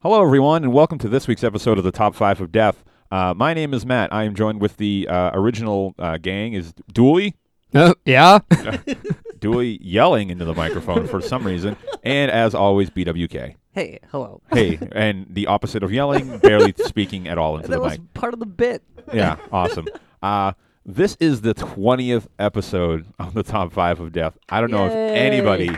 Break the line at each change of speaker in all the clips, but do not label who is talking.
Hello, everyone, and welcome to this week's episode of the Top Five of Death. Uh, my name is Matt. I am joined with the uh, original uh, gang. Is Dooley?
Uh, yeah.
Dooley yelling into the microphone for some reason, and as always, BWK.
Hey, hello.
Hey, and the opposite of yelling, barely speaking at all into
that
the
was
mic.
part of the bit.
Yeah, awesome. Uh, this is the twentieth episode of the top five of death. I don't know if
Yay.
anybody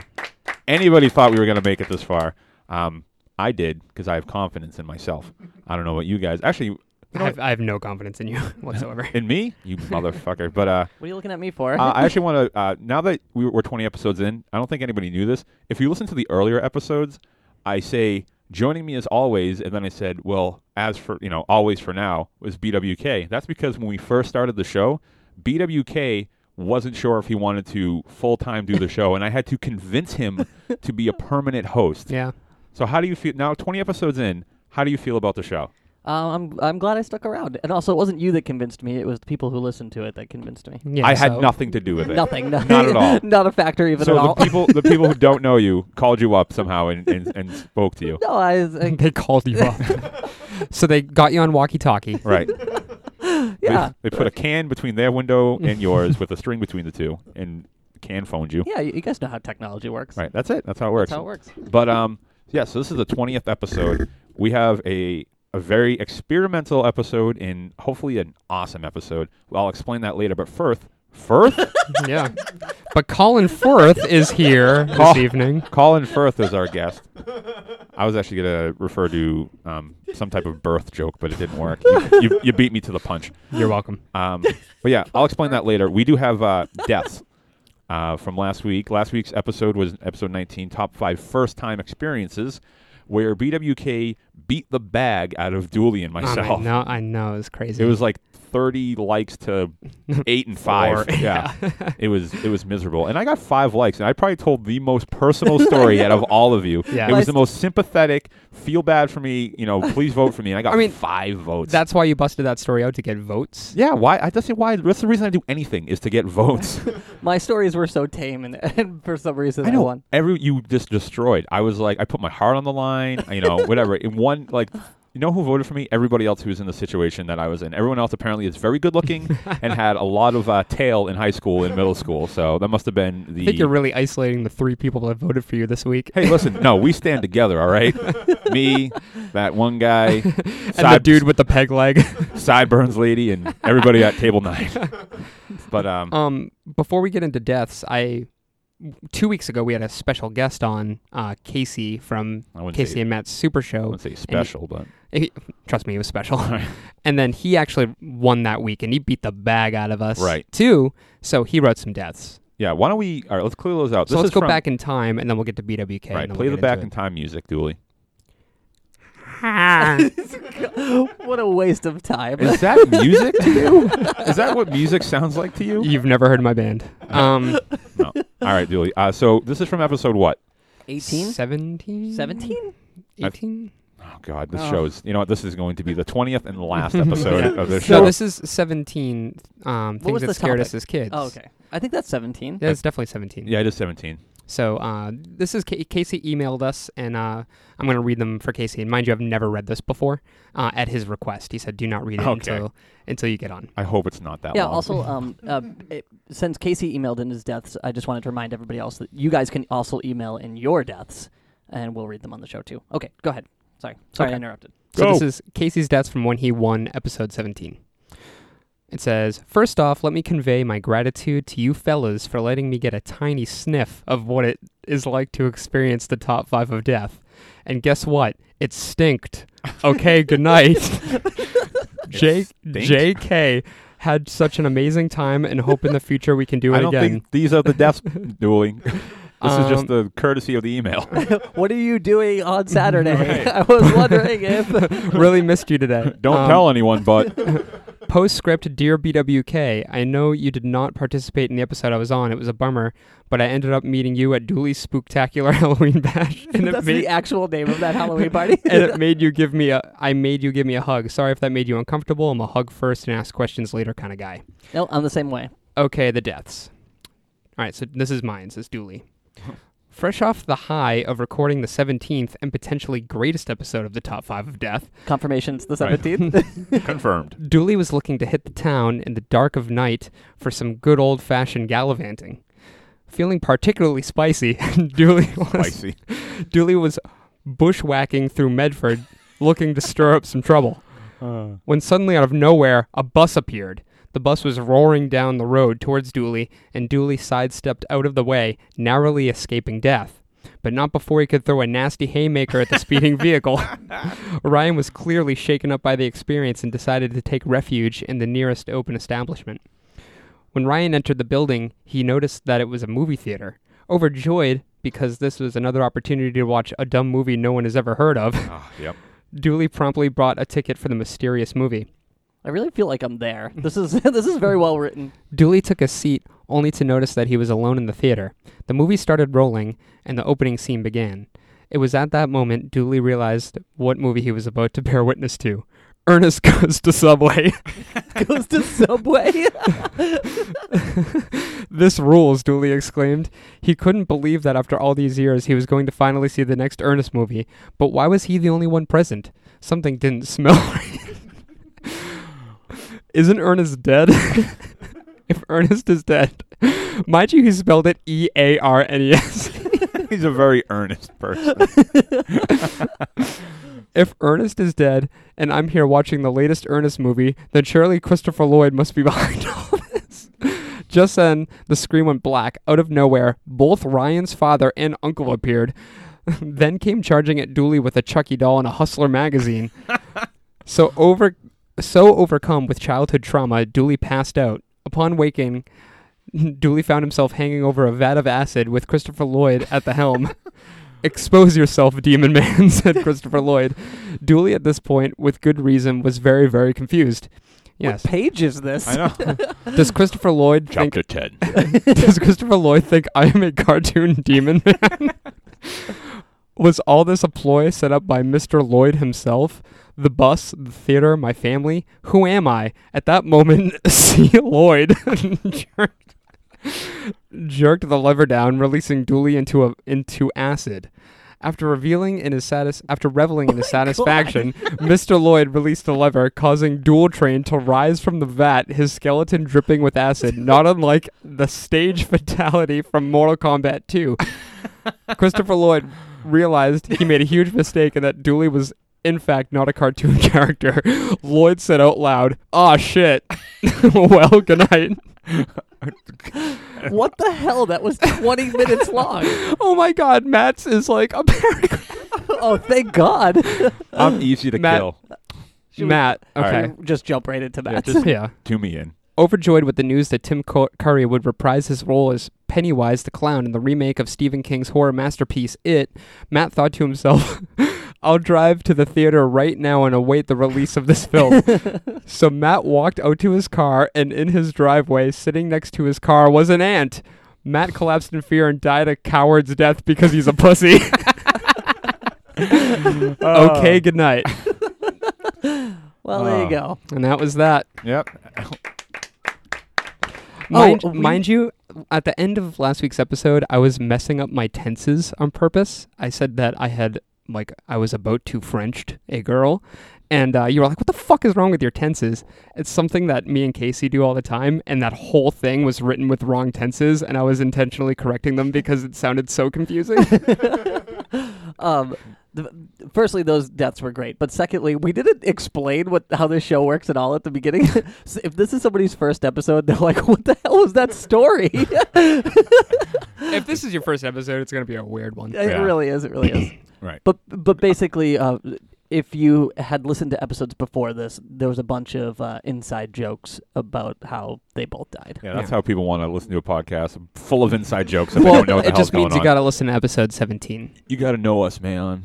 anybody thought we were gonna make it this far. Um, I did because I have confidence in myself. I don't know what you guys actually
I have, I have no confidence in you whatsoever.
in me, you motherfucker. But uh,
What are you looking at me for?
uh, I actually want to. Uh, now that we were, we're 20 episodes in, I don't think anybody knew this. If you listen to the earlier episodes, I say joining me as always, and then I said, well, as for you know, always for now was BWK. That's because when we first started the show, BWK wasn't sure if he wanted to full time do the show, and I had to convince him to be a permanent host.
yeah.
So how do you feel now? 20 episodes in, how do you feel about the show?
Uh, I'm I'm glad I stuck around. And also, it wasn't you that convinced me. It was the people who listened to it that convinced me.
yeah.
I had
so-
nothing to do with it.
Nothing. Not,
at all.
not a factor even
So
at all.
the people, the people who don't know you, called you up somehow and, and, and spoke to you.
no, I, was- uh, I
They called you up. so they got you on walkie talkie.
Right. They-
yeah
They, put a can between their window and yours with a string between the two, and the can phoned you.
yeah. You you guys know how technology works.
Right. That's it. That's how it works.
That's how it works.
But um, yeah. So this is the twentieth episode. we have a a very experimental episode and hopefully an awesome episode. I'll explain that later. But first, Firth,
yeah. But Colin Firth is here
Col-
this evening.
Colin Firth is our guest. I was actually gonna refer to um, some type of birth joke, but it didn't work. You, you, you beat me to the punch.
You're welcome.
Um, but yeah, I'll explain that later. We do have uh, deaths uh, from last week. Last week's episode was episode 19, top five first time experiences, where BWK beat the bag out of Dooley and
Um, I
myself.
know. I know. It's crazy.
it was like 30 likes to eight and five.
Four,
Yeah. it was it was miserable. And I got five likes, and I probably told the most personal story out of all of you.
Yeah.
It was
Nice.
the most sympathetic, feel bad for me, you know, please vote for me. And I got
I mean,
five votes.
That's why you busted that story out to get votes.
Yeah, why? I just say why. That's the reason I do anything is to get votes.
My stories were so tame, and, and for some reason,
I know
won.
every you just destroyed. I was like, I put my heart on the line. You know, whatever. In one, like, you know who voted for me? Everybody else who was in the situation that I was in. Everyone else apparently is very good looking and had a lot of uh, tail in high school and middle school. So that must have been the.
I think you're really isolating the three people that voted for you this week.
hey, listen, no, we stand together. All right, me, that one guy,
and the dude with the peg leg.
sideburns lady, and everybody at table nine. But um,
Um, before we get into deaths, I two weeks ago we had a special guest on uh, Casey from
I wouldn't
Casey
say.
and Matt's Super
I
Show.
wouldn't say special, but
Trust me, it was special.
right.
and then he actually won that week, and he beat the bag out of us,
Right.
Too. So he wrote some deaths.
yeah. Why don't we? All right, let's clear those out.
So
this
let's
is
go
from-
back in time, and then we'll get to BWK. and
Right,
then
play
we'll
the
get
back in
into
time music, Dooley.
it.
what a waste of time.
Is that music to you? Is that what music sounds like to you?
You've never heard my band. Um,
No. All right, Dooley. Uh, so this is from episode what?
18,
seventeen,
17.
eighteen.
Oh God, this
Oh.
shows. You know what? This is going to be the twentieth and last episode
Yeah.
of this
So
show.
this is seventeen um,
What
things
was
that
the
scared
topic?
us as kids.
Oh, okay. I think that's 17.
Yeah, it's definitely seventeen.
yeah, it is seventeen.
So uh, this is Ca Casey emailed us, and uh, I'm going to read them for Casey. And mind you, I've never read this before. Uh, at his request, he said, "Do not read it
Okay.
until until you get on."
I hope it's not that
Yeah.
long.
Also, um, uh, it- since Casey emailed in his deaths, I just wanted to remind everybody else that you guys can also email in your deaths, and we'll read them on the show too. Okay, go ahead. Sorry, sorry, I
Okay.
interrupted.
So
Go.
this is Casey's deaths from when he won episode 17. It says, First off, let me convey my gratitude to you fellas for letting me get a tiny sniff of what it is like to experience the top five of death. And guess what? It stinked. Okay, good night. J-
stinked?
JK had such an amazing time and hope in the future we can do it
I don't
again.
think these are the deaths, Dooley. This is just
Um,
the courtesy of the email.
what are you doing on Saturday?
Right.
I was wondering if.
really missed you today.
Don't
Um,
tell anyone, but
Postscript Dear BWK, I know you did not participate in the episode I was on. It was a bummer, but I ended up meeting you at Dooley's Spooktacular Halloween Bash. And it,
That's
made,
the actual name of that Halloween party.
and it made you give me a I made you give me a hug. Sorry if that made you uncomfortable. I'm a hug first and ask questions later kind of guy.
no, I'm the same way.
Okay, the deaths. All right, so this is mine. This is Dooley. Fresh off the high of recording the 17th and potentially greatest episode of the Top 5 of Death,
Confirmations the
Right.
17th.
Confirmed.
Dooley was looking to hit the town in the dark of night for some good old fashioned gallivanting. Feeling particularly spicy, Dooley was,
Spicy.
Dooley was bushwhacking through Medford looking to stir up some trouble. When suddenly, out of nowhere, a bus appeared. The bus was roaring down the road towards Dooley, and Dooley sidestepped out of the way, narrowly escaping death. But not before he could throw a nasty haymaker at the speeding vehicle. Ryan was clearly shaken up by the experience and decided to take refuge in the nearest open establishment. When Ryan entered the building, he noticed that it was a movie theater. Overjoyed because this was another opportunity to watch a dumb movie no one has ever heard of,
Ah, yep.
Dooley promptly bought a ticket for the mysterious movie.
I really feel like I'm there. This is this is very well written.
Dooley took a seat only to notice that he was alone in the theater. The movie started rolling and the opening scene began. It was at that moment Dooley realized what movie he was about to bear witness to. Ernest goes to Subway.
Goes to Subway.
this rules, Dooley exclaimed. He couldn't believe that after all these years he was going to finally see the next Ernest movie, but why was he the only one present? Something didn't smell right. Isn't Ernest dead? if Ernest is dead, mind you, he spelled it E A R N E S.
He's a very earnest person.
If Ernest is dead and I'm here watching the latest Ernest movie, then surely Christopher Lloyd must be behind all this. Just then, the screen went black. Out of nowhere, both Ryan's father and uncle appeared. then came charging at Dooley with a Chucky doll and a Hustler magazine. so over, so overcome with childhood trauma, Dooley passed out. Upon waking, Dooley found himself hanging over a vat of acid with Christopher Lloyd at the helm. Expose yourself, demon man, said Christopher Lloyd. Dooley, at this point, with good reason, was very, very confused. Yes.
What page is this?
I know.
Does Christopher Lloyd think
Chapter 10.
does Christopher Lloyd think I am a cartoon demon man? Was all this a ploy set up by Mr. Lloyd himself? The bus, the theater, my family? Who am I? At that moment, C. Lloyd jerked, jerked the lever down, releasing Dooley into a into acid. After revealing in his satis- after reveling in his satisfaction, Mr. Lloyd released the lever, causing Dual Train to rise from the vat, his skeleton dripping with acid, not unlike the stage fatality from Mortal Kombat 2. Christopher Lloyd realized he made a huge mistake and that Dooley was in fact not a cartoon character. Lloyd said out loud, "Ah shit." well, good night.
What the hell? That was 20 minutes long.
Oh my god, Matt's is like a paragraph.
Oh, thank God.
I'm easy to
Matt-
kill.
Should we-
Matt,
All
okay.
right.
Just jump right into
Yeah,
that.
just-
Yeah.
Do me in.
Overjoyed with the news that Tim Co- Curry would reprise his role as Pennywise the Clown in the remake of Stephen King's horror masterpiece It, Matt thought to himself, I'll drive to the theater right now and await the release of this film. so Matt walked out to his car, and in his driveway, sitting next to his car, was an ant. Matt collapsed in fear and died a coward's death because he's a pussy. okay, good night.
well, there
Oh.
you go.
And that was that.
Yep.
Mind,
we-
mind you, at the end of last week's episode, I was messing up my tenses on purpose. I said that I had, like, I was about to Frenched a girl. And uh, you were like, what the fuck is wrong with your tenses? It's something that me and Casey do all the time. And that whole thing was written with wrong tenses. And I was intentionally correcting them because it sounded so confusing.
Um, the, firstly, those deaths were great, but secondly, we didn't explain what how this show works at all at the beginning. so if this is somebody's first episode, they're like, "What the hell was that story?"
if this is your first episode, it's going to be a weird one.
It
Yeah.
really is. It really is.
Right.
But but basically, uh, if you had listened to episodes before this, there was a bunch of uh, inside jokes about how they both died.
Yeah, that's
Yeah.
how people want to listen to a podcast full of inside jokes and they don't know what the
it
hell's
just
going
means you
on.
got to listen to episode 17.
you got to know us, man.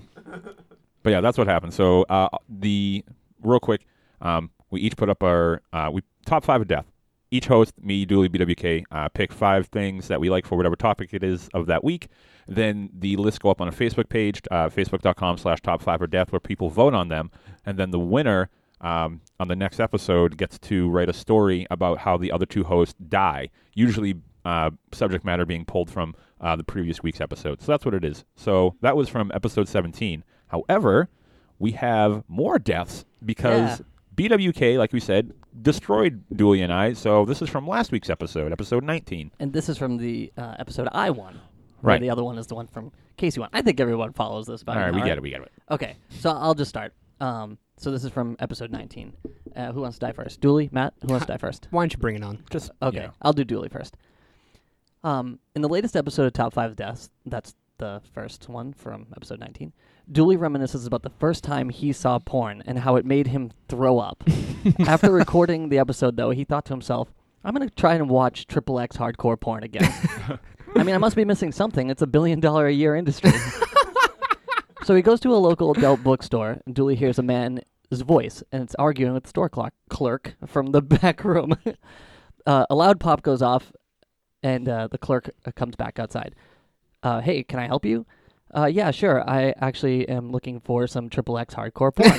But yeah, that's what happened. So uh, the real quick, um, we each put up our uh, we top five of death. Each host, me, Dooley, BWK, uh, pick five things that we like for whatever topic it is of that week. Then the list go up on a Facebook page, uh, facebook.com slash top five or death, where people vote on them. And then the winner um, on the next episode gets to write a story about how the other two hosts die, usually uh, subject matter being pulled from uh, the previous week's episode. So that's what it is. So that was from episode 17. However, we have more deaths because BWK, like we said, destroyed Dooley and I. So this is from last week's episode, episode 19.
And this is from the uh, episode I won.
Right.
The other one is the one from Casey one. I think everyone follows this. About
All right, we
get
get it. We get it.
Okay, so I'll just start. Um, so this is from episode 19. Uh, who wants to die first? Dooley, Matt. Who wants to die first?
Why don't you bring it on?
Just
Okay,
yeah.
I'll do Dooley first. Um, in the latest episode of Top Five Deaths, that's the first one from episode 19. Dooley reminisces about the first time he saw porn and how it made him throw up. After recording the episode, though, he thought to himself, "I'm gonna try and watch Triple X hardcore porn again." I mean, I must be missing something. It's a billion dollar a year industry. so he goes to a local adult bookstore, and Dooley hears a man's voice, and it's arguing with the store clock clerk from the back room. uh, a loud pop goes off, and uh, the clerk uh, comes back outside. Uh, hey, can I help you? Uh, yeah, sure. I actually am looking for some Triple X hardcore porn.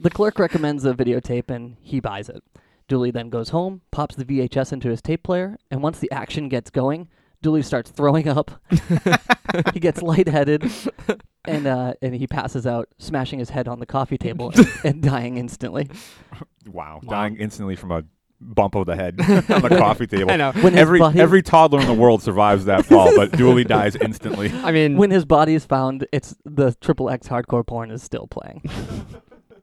the clerk recommends a videotape, and he buys it. Dooley then goes home, pops the VHS into his tape player, and once the action gets going, Dooley starts throwing up. he gets lightheaded, and uh, and he passes out, smashing his head on the coffee table and, and dying instantly.
Wow. Dying instantly from a bump of the head on the coffee table.
I know.
When his
Every
body,
every toddler in the world survives that fall, but Dooley dies instantly.
I mean,
when his body is found, it's the triple X hardcore porn is still playing.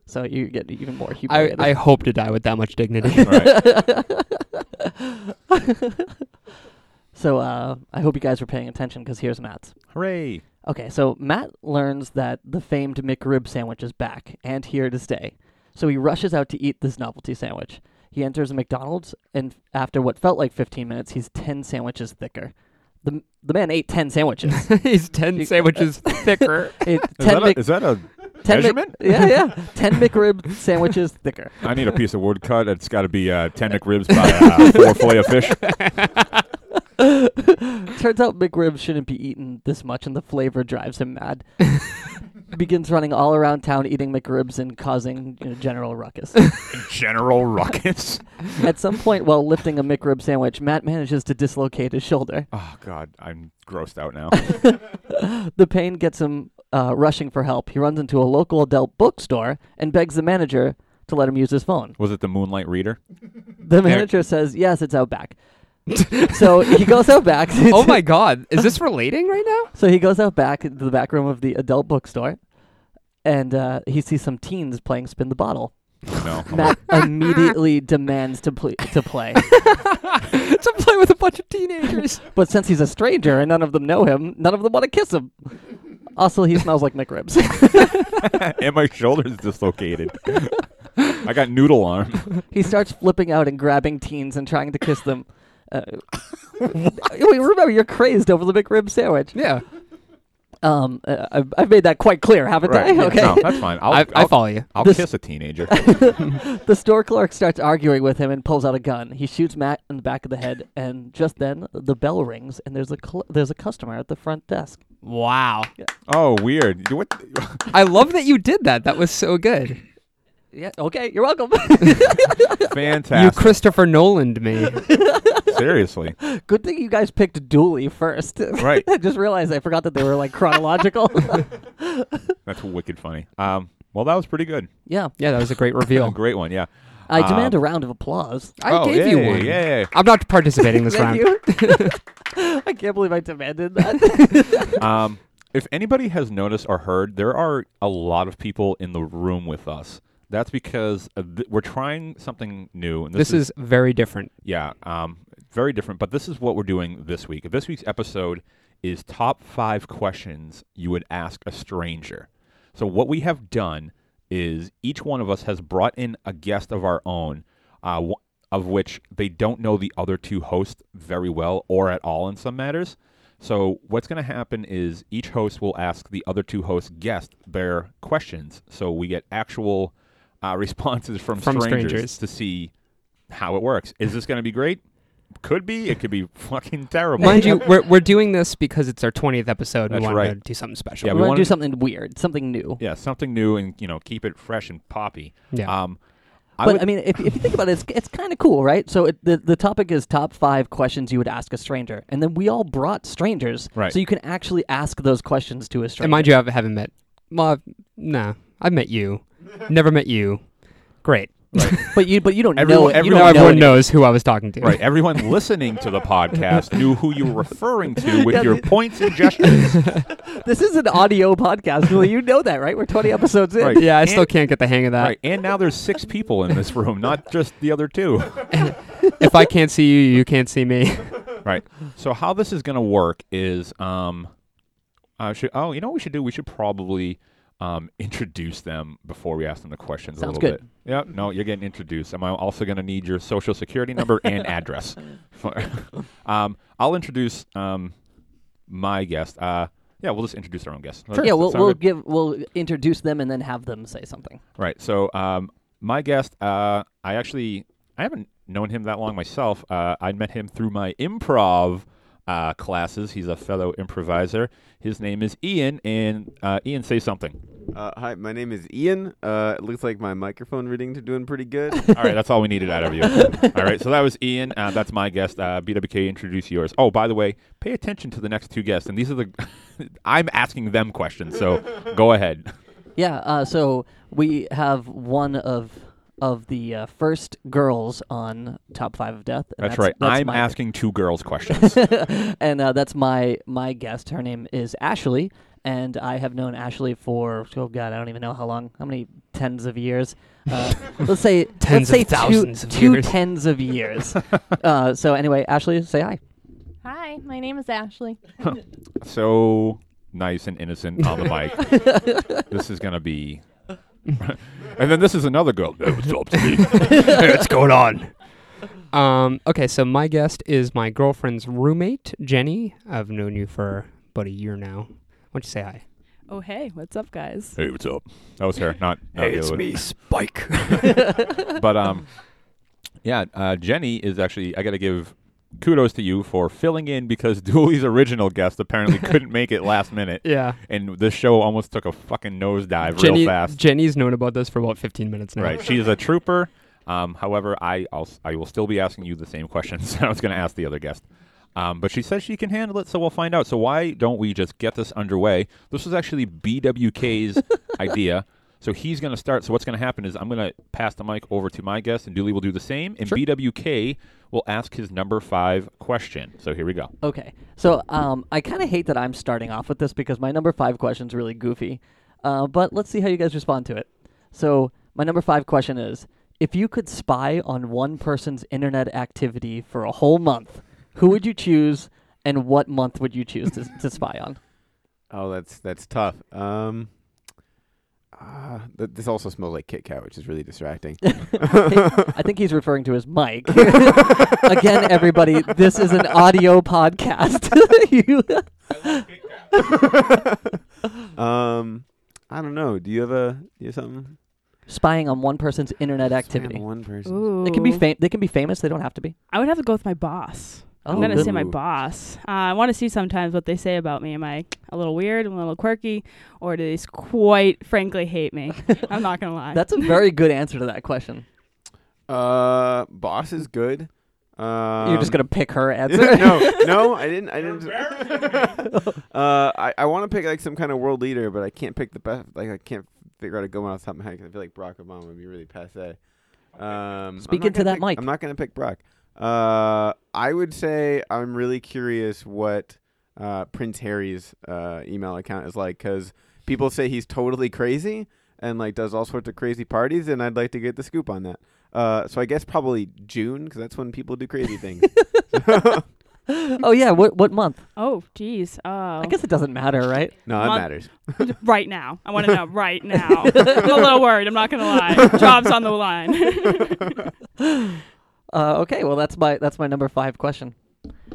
so you get even more
I,
humiliated.
I hope to die with that much dignity.
Right.
so uh, I hope you guys were paying attention because here's Matt's.
Hooray!
Okay, so Matt learns that the famed McRib sandwich is back and here to stay. So he rushes out to eat this novelty sandwich. He enters a McDonald's, and after what felt like 15 minutes, he's 10 sandwiches thicker. The, the man ate 10 sandwiches.
He's 10 sandwiches thicker.
It-
Is
10
that,
Mc-
a, is that a
10 Mc-
measurement?
yeah, yeah. 10 McRib sandwiches thicker.
I need a piece of wood cut. It's got to be uh, ten McRibs by uh, four fillet of fish.
Turns out McRib shouldn't be eaten this much, and the flavor drives him mad. Begins running all around town eating McRibs and causing you know, general ruckus.
General Ruckus.
At some point, while lifting a McRib sandwich, Matt manages to dislocate his shoulder.
Oh God, I'm grossed out now.
The pain gets him uh, rushing for help. He runs into a local adult bookstore and begs the manager to let him use his phone.
Was it the Moonlight Reader?
The manager says, "Yes, it's out back." so he goes out back.
oh my god, is this relating right now?
So he goes out back into the back room of the adult bookstore, and uh, he sees some teens playing spin the bottle.
No. I'm
Matt immediately demands to play to play,
to play with a bunch of teenagers.
but since he's a stranger and none of them know him, none of them want to kiss him. Also, he smells like McRibs.
like, and my shoulder's dislocated. I got noodle arm.
He starts flipping out and grabbing teens and trying to kiss them. Uh, wait, remember, you're crazed over the McRib sandwich.
yeah,
Um, uh, I've, I've made that quite clear, haven't I? Okay.
No, that's fine. I'll,
I, I
will
follow you.
I'll
This-
kiss a teenager.
The store clerk starts arguing with him and pulls out a gun. He shoots Matt in the back of the head, and just then the bell rings and there's a cl- there's a customer at the front desk.
Wow,
oh, weird. You- What?
I love that you did that. That was so good.
Yeah. Okay. You're welcome.
You
Fantastic.
Christopher Nolaned me.
Seriously.
Good thing you guys picked Dooley first.
Right.
I just realized I forgot that they were like chronological.
That's wicked funny. Um. Well, that was pretty good.
yeah.
Yeah, that was a great
A
reveal.
great one. Yeah.
I
Um,
demand a round of applause.
I
oh,
gave
yeah,
you one.
Yeah.
I'm not participating this round.
Thank you. I can't believe I demanded that.
yeah. Um. If anybody has noticed or heard, there are a lot of people in the room with us. That's because uh, th- we're trying something new, and
This is very different.
Yeah, um, very different. But this is what we're doing this week. This week's episode is top five questions you would ask a stranger. So what we have done is each one of us has brought in a guest of our own, uh, wh- of which they don't know the other two hosts very well or at all in some matters. So what's going to happen is each host will ask the other two hosts guest their questions. So we get actual uh, responses from,
From
strangers
strangers.
to see how it works. Is this going to be great? Could be. It could be fucking terrible.
Mind you, we're, we're doing this because it's our 20th episode.
That's
we wanted
right.
to do something special.
Yeah,
we
we
want to
wanted-
do something weird, something new.
yeah, something new and you know keep it fresh and poppy.
Yeah.
Um, I
but
would-
I mean, if, if you think about it, it's, it's kind of cool, right? So it, the the topic is top five questions you would ask a stranger, and then we all brought strangers,
Right.
So you can actually ask those questions to a stranger.
And mind you, I haven't met. Well, I've- nah, I've met you. Never met you. Great.
but you but you don't
Everyone-
know. it. You
everyone-
now
don't
No,
know
everyone
it.
knows who I was talking to.
Right. Everyone listening to the podcast knew who you were referring to with
Yeah,
your
the-
points and gestures.
This is an audio podcast. Well, you know that, right? We're twenty episodes in.
Right.
Yeah, I
And-
still can't get the hang of that.
Right. And now there's six people in this room, not just the other two.
If I can't see you, you can't see me.
Right. So how this is going to work is, um, I should, oh, you know what we should do? We should probably um, introduce them before we ask them the questions
Sounds
a little
good.
bit. Yeah. No, you're getting introduced. I'm also going to need your social security number and address. um, I'll introduce um, my guest. Uh, yeah, we'll just introduce our own guest.
Yeah, we'll,
Sound
we'll
good?
give we'll introduce them and then have them say something.
Right. So um, my guest, uh, I actually I haven't known him that long myself. Uh, I met him through my improv uh, classes. He's a fellow improviser. His name is Ian, and uh, Ian, say something.
Uh, hi, my name is Ian. Uh, it looks like my microphone readings are doing pretty good.
All right, that's all we needed out of you. All right, so that was Ian. Uh, that's my guest. Uh, BWK, introduce yours. Oh, by the way, pay attention to the next two guests, and these are the. I'm asking them questions, so go ahead.
Yeah. Uh, so we have one of of the uh, first girls on top five of death. And
That's, right.
that's
I'm
my-
asking two girls questions.
and uh, that's my my guest. Her name is Ashley, and I have known Ashley for oh god, I don't even know how long, how many tens of years. Uh, let's say let's
Tens of
say
thousands
two,
of
two
years.
tens of years. uh, so anyway, Ashley, say hi.
Hi, my name is Ashley.
so nice and innocent on the mic. this is gonna be. and then this is another girl. "Hey, what's up, Steve?"
What's going on? Um, okay, so my guest is my girlfriend's roommate, Jenny. I've known you for about a year now. Why don't you say hi?
Oh, hey, what's up, guys?
hey, what's up? That was her, not. not the other one.
Spike.
But um, yeah, uh, Jenny is actually. I gotta give kudos to you for filling in because Dooley's original guest apparently couldn't make it last minute,
yeah.
and this show almost took a fucking nosedive
Jenny,
real fast.
Jenny's known about this for about 15 minutes now.
Right, she is a trooper. Um, however, I I'll, I will still be asking you the same questions that I was going to ask the other guest. Um, but she says she can handle it, so we'll find out. So why don't we just get this underway? This was actually BWK's idea. So he's going to start. So what's going to happen is I'm going to pass the mic over to my guest, and Dooley will do the same. And BWK will ask his number five question. So here we go.
Okay, so um, I kind of hate that I'm starting off with this because my number five question's really goofy, uh, but let's see how you guys respond to it. So my number five question is: If you could spy on one person's internet activity for a whole month, who would you choose, and what month would you choose to, to spy on?
oh, that's that's tough. Um, uh, th- this also smells like Kit Kat, which is really distracting.
I think he's referring to his mic. Again, everybody, this is an audio podcast. You-
um, I don't know. Do you have a do you have something?
spying on one person's internet
Man,
activity.
One person.
Ooh.
They can be fam- they can be famous. They don't have to be.
I would have to go with my boss. I'm
Oh,
going to
good.
say my
Ooh.
boss. Uh, I want to see sometimes what they say about me. Am I a little weird, a little quirky, or do they s- quite frankly hate me? I'm not going to lie.
That's a very good answer to that question.
Uh, boss is good. Um,
You're just gonna pick her answer.
no, no, I didn't. I didn't. uh, I, I want to pick like some kind of world leader, but I can't pick the best. Like I can't figure out a good one off the top of my head 'cause I feel like Barack Obama would be really passe. Um, I'm
Speak
not
into
gonna
that
pick-
mic.
I'm not gonna pick Barack. Uh, I would say I'm really curious what uh, Prince Harry's uh, email account is like because people say he's totally crazy and like does all sorts of crazy parties, and I'd like to get the scoop on that. Uh, so I guess probably June because that's when people do crazy things.
oh yeah, what what month?
oh, geez. Oh.
I guess it doesn't matter, right?
No, that
Month-
matters.
right now. I want to know right now. I'm a little worried. I'm not going to lie. Job's on the line.
Uh, okay, well that's my that's my number five question.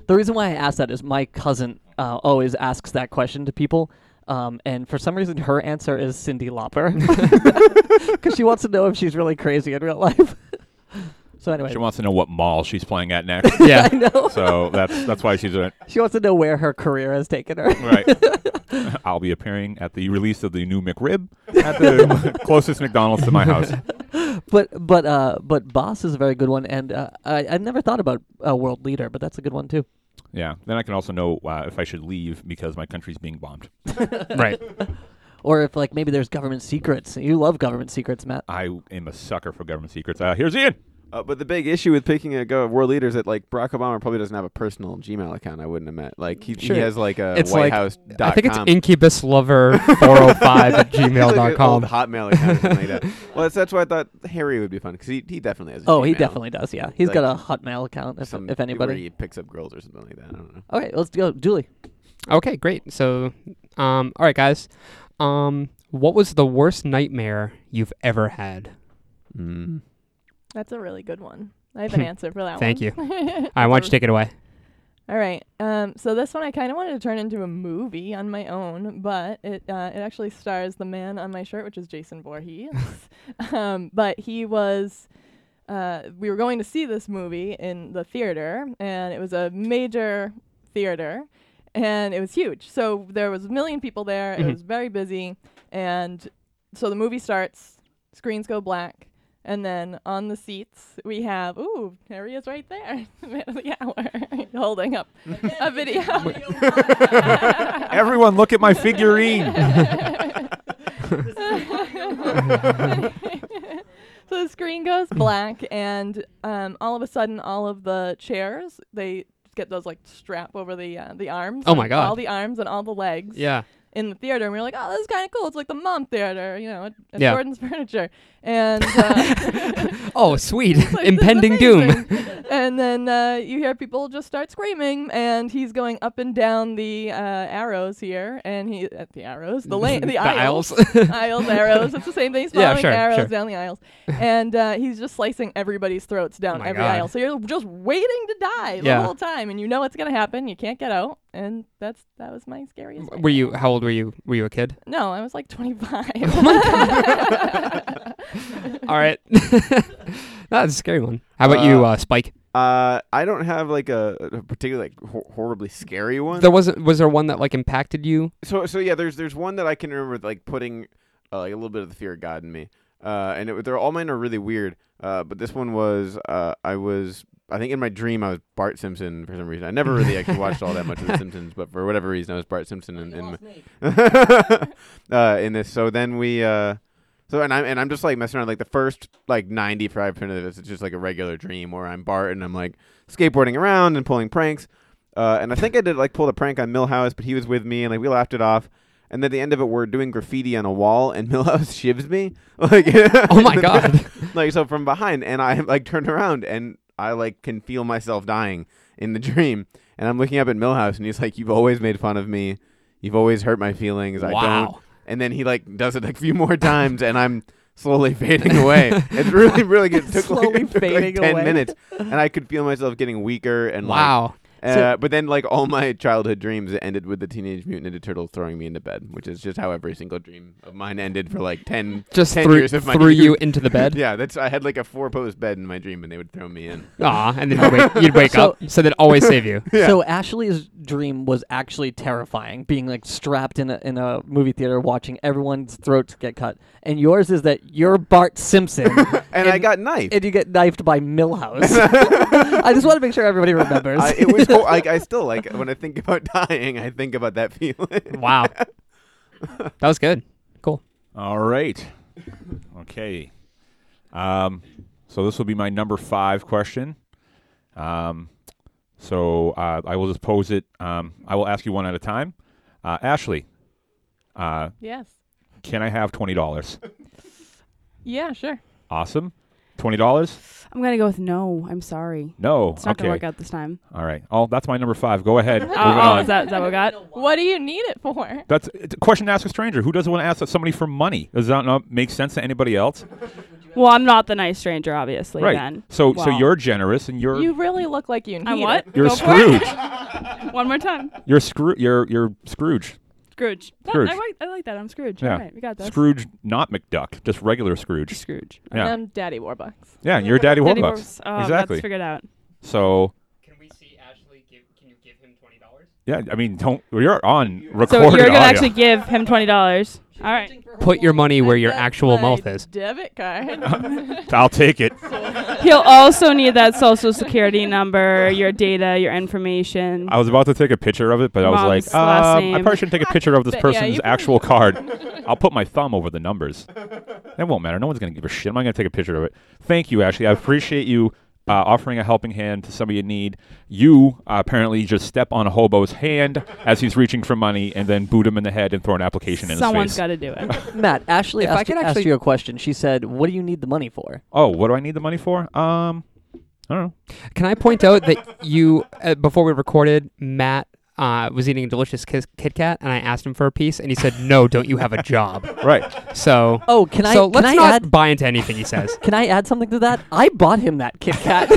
The reason why I asked that is my cousin uh, always asks that question to people, um, and for some reason her answer is Cindy Lauper because she wants to know if she's really crazy in real life. so anyway,
She wants to know what mall she's playing at next.
Yeah.
I know
so that's that's why she's a,
she wants to know where her career has taken her.
Right. I'll be appearing at the release of the new McRib at the closest McDonald's to my house.
but but uh, but boss is a very good one, and uh, I I never thought about uh, world leader, but that's a good one too.
Yeah. Then I can also know uh, if I should leave because my country's being bombed.
right.
Or if like maybe there's government secrets. You love government secrets, Matt.
I am a sucker for government secrets. Uh, here's Ian.
Uh, but the big issue with picking a go world leader is that like Barack Obama probably doesn't have a personal Gmail account. I wouldn't have met. Like he,
Sure.
he has like a
It's
White
like-
House.
I
dot
think it's
com.
inkybisllover405 at
It's like an old
gmail.com.
Hotmail account or something like that. Well, that's, that's why I thought Harry would be fun because he, he definitely has. A
Oh, he
Gmail.
definitely does. Yeah, he's
Like
got a Hotmail account. If,
Some-
if
where
anybody.
he picks up girls or something like that. I don't know.
All right, let's go, Julie.
Okay, great. So, um, all right, guys. Um, what was the worst nightmare you've ever had? Mm.
That's a really good one. I have an answer for that
Hmm. Thank
one.
you. I want you to take it away.
All right. Um, so this one I kind of wanted to turn into a movie on my own, but it uh, it actually stars the man on my shirt, which is Jason Voorhees. um, but he was. Uh, we were going to see this movie in the theater, and it was a major theater, and it was huge. So there was a million people there.
Mhm.
It was very busy, and so the movie starts. Screens go black, and then on the seats we have ooh, there he is right there, the man of the hour, holding up a video.
Everyone, look at my figurine.
so the screen goes black, and um, all of a sudden, all of the chairs they get those like strap over the uh, the arms.
Oh my God.
All the arms and all the legs.
Yeah.
in the theater, and we were like, "Oh, this is kind of cool. It's like the mom theater, you know, at, at
Yeah.
Jordan's Furniture." And uh,
Oh, sweet.
it's like, this is
Impending doom.
amazing. and then uh, you hear people just start screaming, and he's going up and down the uh, arrows here, and he at the arrows, the lane, the, aisles, aisles, arrows. It's the same thing. He's
Yeah,
following
sure,
arrows
sure.
down the aisles, and uh, he's just slicing everybody's throats down
Oh my
every
God.
aisle. So you're just waiting to die the
Yeah.
whole time, and you know what's gonna happen. You can't get out, and that's that was my scariest.
Were you, how old were you? Were you a kid?
No, I was like 25.
All right. That's a scary one. How about you, uh, Spike?
Uh, I don't have like a, a particular like hor- horribly scary one.
There wasn't, was there one that like impacted you?
so so yeah, there's there's one that I can remember like putting uh, like a little bit of the fear of God in me, uh, and it, was- they're all mine are really weird. Uh, but this one was uh, I was I think in my dream I was Bart Simpson for some reason. I never really actually watched all that much of The Simpsons, but for whatever reason I was Bart Simpson in in, my- uh, in this. So then we. Uh, so and I'm and I'm just like messing around. Like the first like 95 percent of this is just like a regular dream where I'm Bart and I'm like skateboarding around and pulling pranks. Uh, and I think I did like pulled a prank on Millhouse, but he was with me and like we laughed it off. And then at the end of it, we're doing graffiti on a wall, and Millhouse shivs me. Like,
Oh my God.
like so from behind, and I like turned around and I like can feel myself dying in the dream. And I'm looking up at Millhouse, and he's like, "You've always made fun of me. You've always hurt my feelings. I don't."
Wow.
And then he like does it a few more times, and I'm slowly fading away. It's really, really good. It took
Slowly
like, it took, like,
fading
ten
away.
minutes, and I could feel myself getting weaker and like
Wow.
uh,
So-
but then, like all my childhood dreams, ended with the Teenage Mutant Ninja Turtles throwing me into bed, which is just how every single dream of mine ended for like ten.
Just
10
threw,
years of my
threw you
youth.
into the bed?
yeah, that's I had like a four post bed in my dream, and they would throw me in.
Aw, and then you'd wake, you'd wake
So-
up. So they'd always save you.
Yeah.
So Ashley's dream was actually terrifying, being like strapped in a in a movie theater watching everyone's throats get cut. And yours is that you're Bart Simpson
And I got knifed.
and you get knifed by Millhouse. I just want to make sure everybody remembers.
I, it was hor- like I still like when I think about dying, I think about that feeling.
Wow. that was good. Cool.
All right. Okay. Um, so this will be my number five question. Um, so uh, I will just pose it. Um, I will ask you one at a time. Uh, Ashley, uh,
yes.
can I have twenty dollars?
Yeah, sure.
Awesome. Twenty dollars?
I'm gonna go with no. I'm sorry.
No.
It's not
okay.
gonna work out this time.
All right. Oh, that's my number five. Go ahead. Moving
Oh, oh,
on.
is that, is that what we got?
What do you need it for?
That's it's a question to ask a stranger. Who doesn't want to ask somebody for money? Does that not make sense to anybody else?
Well, I'm not the nice stranger, obviously.
right.
Then.
So so
Wow.
you're generous and you're
You really look like you need
I'm what?
it.
you're
Go for
Scrooge.
it. One more time.
You're Scroo- You're you're Scrooge.
Scrooge. That-
Scrooge.
I, like, I like that. I'm Scrooge.
Yeah.
All right, we got this.
Scrooge, not McDuck, just regular Scrooge.
Scrooge.
And
Yeah,
I'm Daddy Warbucks.
yeah. You're Daddy
Daddy
Warbucks.
Warbucks. Oh,
Exactly.
That's figured out.
So
Can we see Ashley? Give, can you give him $20?
yeah, I mean, don't. You're on
So
recorded
you're gonna
audio.
actually give him twenty dollars. All right.
put your money where
I
your
got
actual
my
mouth is.
Debit card.
I'll take it.
He'll also need that social security number, your data, your information.
I was about to take a picture of it, but I was
Mom's
like, um,
last
I
name.
probably shouldn't take a picture of this
But yeah,
person's
you can-
actual card. I'll put my thumb over the numbers. It won't matter. No one's going to give a shit. I'm not going to take a picture of it. Thank you, Ashley. I appreciate you uh, offering a helping hand to somebody in need. You uh, apparently just step on a hobo's hand as he's reaching for money and then boot him in the head and throw an application in
Someone's
his face.
got to do it.
Matt, Ashley
If I
asked,
could
asked
actually-
you a question. She said, "What do you need the money for?"
oh, what do I need the money for? Um, I don't know.
Can I point out that you, uh, before we recorded, Matt uh, was eating a delicious Kit Kit Kat, and I asked him for a piece, and he said, "No, don't you have a job?"
Right.
So,
Oh, can I?
so
can
let's
I
not
add?
buy into anything he says.
Can I add something to that? I bought him that Kit Kat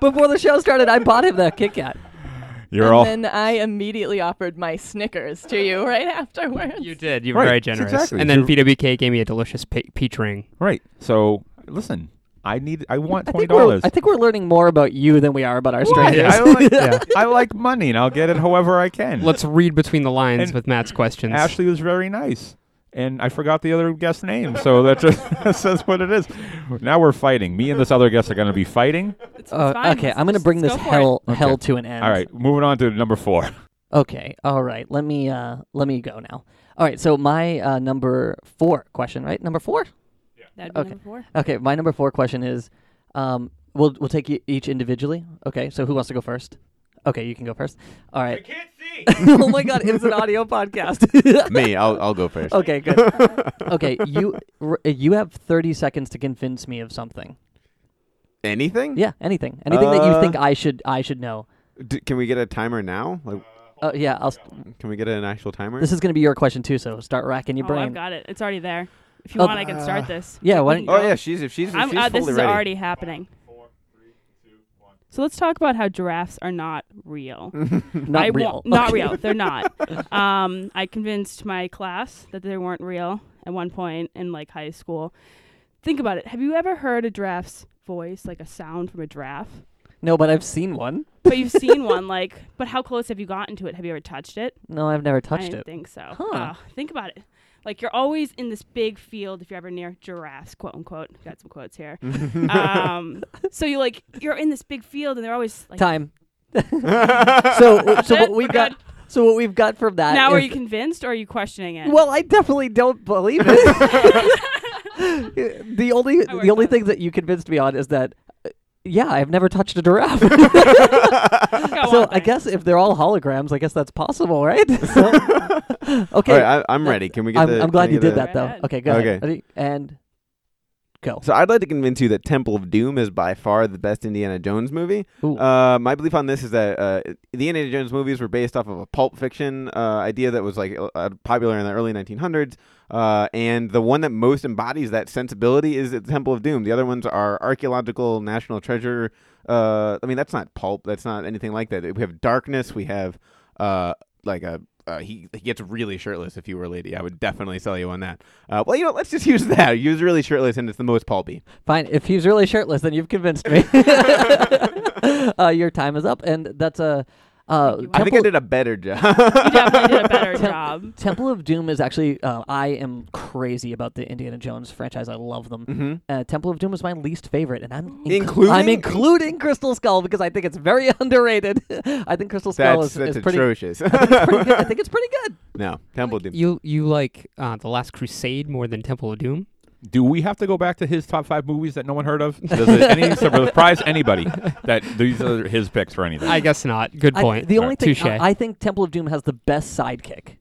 before the show started. I bought him that Kit Kat.
You're
and
all
then I immediately offered my Snickers to you right afterwards.
You did. You were
Right,
very
it's
generous.
exactly-
And then
you're-
PWK gave me a delicious pe- peach ring.
right. So listen, I need. I want
I
twenty
think, we're,
dollars.
I think we're learning more about you than we are about our
I,
strangers.
I like, I like money, and I'll get it however I can.
Let's read between the lines
Mm. And
with Matt's questions.
Ashley was very nice. And I forgot the other guest's name, so that just says what it is. Now we're fighting. Me and this other guest are going to be fighting.
It's,
Uh,
it's fine.
okay,
Let's
I'm gonna
just
bring
go
this
for it.
hell hell
Okay.
to an end.
All right, moving on to number four.
Okay. All right. Let me uh let me go now. All right. So my uh, number four question, right? Number four.
That'd be
Okay.
number four.
Okay. My number four question is, um, we'll we'll take e- each individually. Okay. So who wants to go first? Okay, you can go first. All right.
can't see.
oh my God! It's an audio podcast.
Me, I'll I'll go first.
okay. Good. Okay. You r- you have 30 seconds to convince me of something.
Anything?
Yeah. Anything. Anything that you
Uh,
think I should I should know.
D- can we get a timer now? Like,
Oh yeah. I'll. St-
can we get an actual timer?
this is gonna be your question too. So start racking your
oh,
brain.
I've got it. It's already there. If you
Oh,
want, I can start this.
yeah,
We
why
can
don't-
oh
go.
yeah, she's if she's,
I'm,
she's
uh,
fully
this is
ready.
already happening. So let's talk about how giraffes are not real.
Not
I wa-
real.
not
Okay.
real. They're not. Um, I convinced my class that they weren't real at one point in like high school. Think about it. Have you ever heard a giraffe's voice, like a sound from a giraffe?
No, but I've seen one.
But you've seen one, like. But how close have you gotten to it? Have you ever touched it?
No, I've never
I
touched
didn't
it.
think so.
Huh.
Uh, think about it. Like you're always in this big field if you're ever near giraffes, quote unquote. Got some quotes here. um, so you like you're in this big field and they're always like
Time. so so what
Good,
we
we're
got
good.
so what we've got from that
Now are
is-
you convinced or are you questioning it?
Well, I definitely don't believe it. the only
I
the
worked
only
on
thing that you convinced me on is that uh, yeah, I've never touched a giraffe.
Go
so
on,
I
thanks.
guess if they're all holograms, I guess that's possible, right? So- okay.
All right, I, I'm ready. Can we get
I'm,
the?
I'm
can
glad
I
you
get
did
a-
that though.
Right.
Okay, go ahead.
Okay.
Ready? And go.
So I'd like to convince you that Temple of Doom is by far the best Indiana Jones movie.
Ooh.
Uh, my belief on this is that uh, the Indiana Jones movies were based off of a pulp fiction uh, idea that was like uh, popular in the early 1900s, uh, and the one that most embodies that sensibility is the Temple of Doom. The other ones are archaeological, national treasure. Uh, I mean, that's not pulp. That's not anything like that. We have darkness. We have uh, like a. Uh, he, he gets really shirtless. If you were a lady, I would definitely sell you on that. Uh, well, you know, let's just use that. He was really shirtless, and it's the most pulpy.
Fine. If he's really shirtless, then you've convinced me. uh, your time is up, and that's a. Uh,
Thank you.
I think I
Temple-
did a better job.
you definitely did a better
Tem-
job.
Temple of Doom is actually. Uh, I am crazy about the Indiana Jones franchise. I love them.
mm-hmm.
Uh, Temple of Doom is my least favorite, and I'm inclu-
Including-
I'm including Crystal Skull because I think it's very underrated. I think Crystal Skull
That's
is,
that's
is pretty.
atrocious.
I think it's pretty good. I think it's pretty good.
no, Temple Doom.
You you like uh, the Last Crusade more than Temple of Doom?
Do we have to go back to his top five movies that no one heard of? Does it any surprise anybody that these are his picks for anything?
I guess not. Good
I-
point.
the only thing
Touche.
I, I think Temple of Doom has the best sidekick.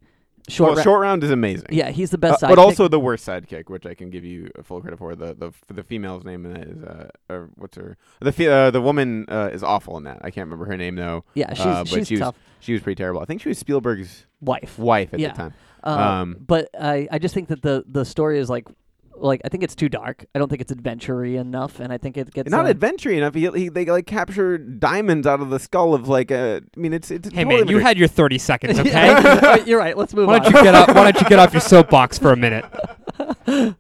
Short.
Well,
Ra-
short round is amazing.
Yeah, he's the best
Uh,
sidekick.
but also the worst sidekick, which I can give you a full credit for. The the for the female's name in that is uh, or what's her the fe- uh, the woman uh, is awful in that. I can't remember her name though.
yeah, she's
uh, but
she's
she was-
tough
She was pretty terrible. I think she was Spielberg's
wife.
wife at
Yeah.
the time.
Um,
Um,
but I, I just think that the the story is like like I think it's too dark. I don't think it's adventure enough, and I think it gets
Not
uh,
adventure enough. He, he, they like capture diamonds out of the skull of like a. I mean, it's it's.
hey
totally
man, you
ridiculous.
had your 30 seconds, okay?
Yeah, You're right. Let's move
Why
on.
don't you get up? Why don't you get off your soapbox for a minute?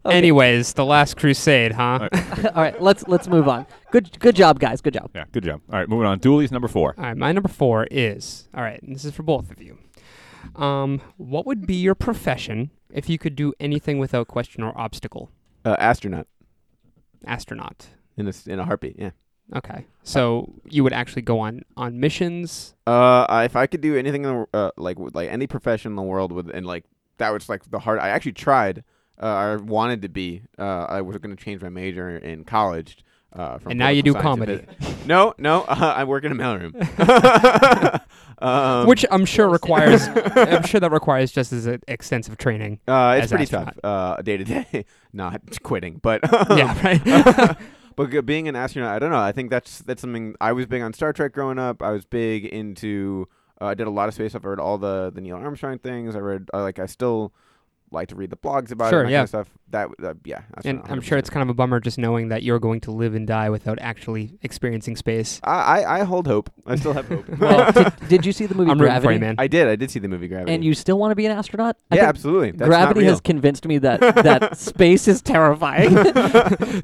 Anyways, the Last Crusade, huh?
All
All
right,
All right, let's let's move on. Good good job, guys. Good job.
yeah, good job. All right, moving on. Dooley's number four.
right, my number four is all right. and This is for both of you. Um, what would be your profession if you could do anything without question or obstacle?
Uh, astronaut
Astronaut.
in a s- in a heartbeat. Yeah.
Okay. So you would actually go on on missions.
Uh, I- if I could do anything in the, wor- uh, like with, like any profession in the world with and like that was like the hard. I actually tried. Uh, I wanted to be. Uh, I was going to change my major in college. Uh, from
And now you do
political science to
comedy.
business. No, no, uh, I work in a mailroom. um,
which I'm sure requires I'm sure that requires just as uh, extensive training.
uh, it's
as
pretty
astronaut.
tough. Uh, day to day, not quitting, but um,
yeah, right.
but g- being an astronaut, I don't know. I think that's that's something I was big on Star Trek growing up. I was big into. Uh, I did a lot of space stuff. I read all the the Neil Armstrong things. I read uh, like I still like to read the blogs about
Sure,
it. and that
yeah.
Kind of stuff. That uh, yeah.
and
astronaut,
I'm sure it's
100%.
kind of a bummer just knowing that you're going to live and die without actually experiencing space.
I, I I hold hope. I still have hope.
Well, did, did you see the movie
I'm rooting
Gravity?
for you, man.
I did. I did see the movie Gravity.
And you still want to be an astronaut? I
yeah,
think
absolutely. That's not
Gravity
real.
has convinced me that that space is terrifying.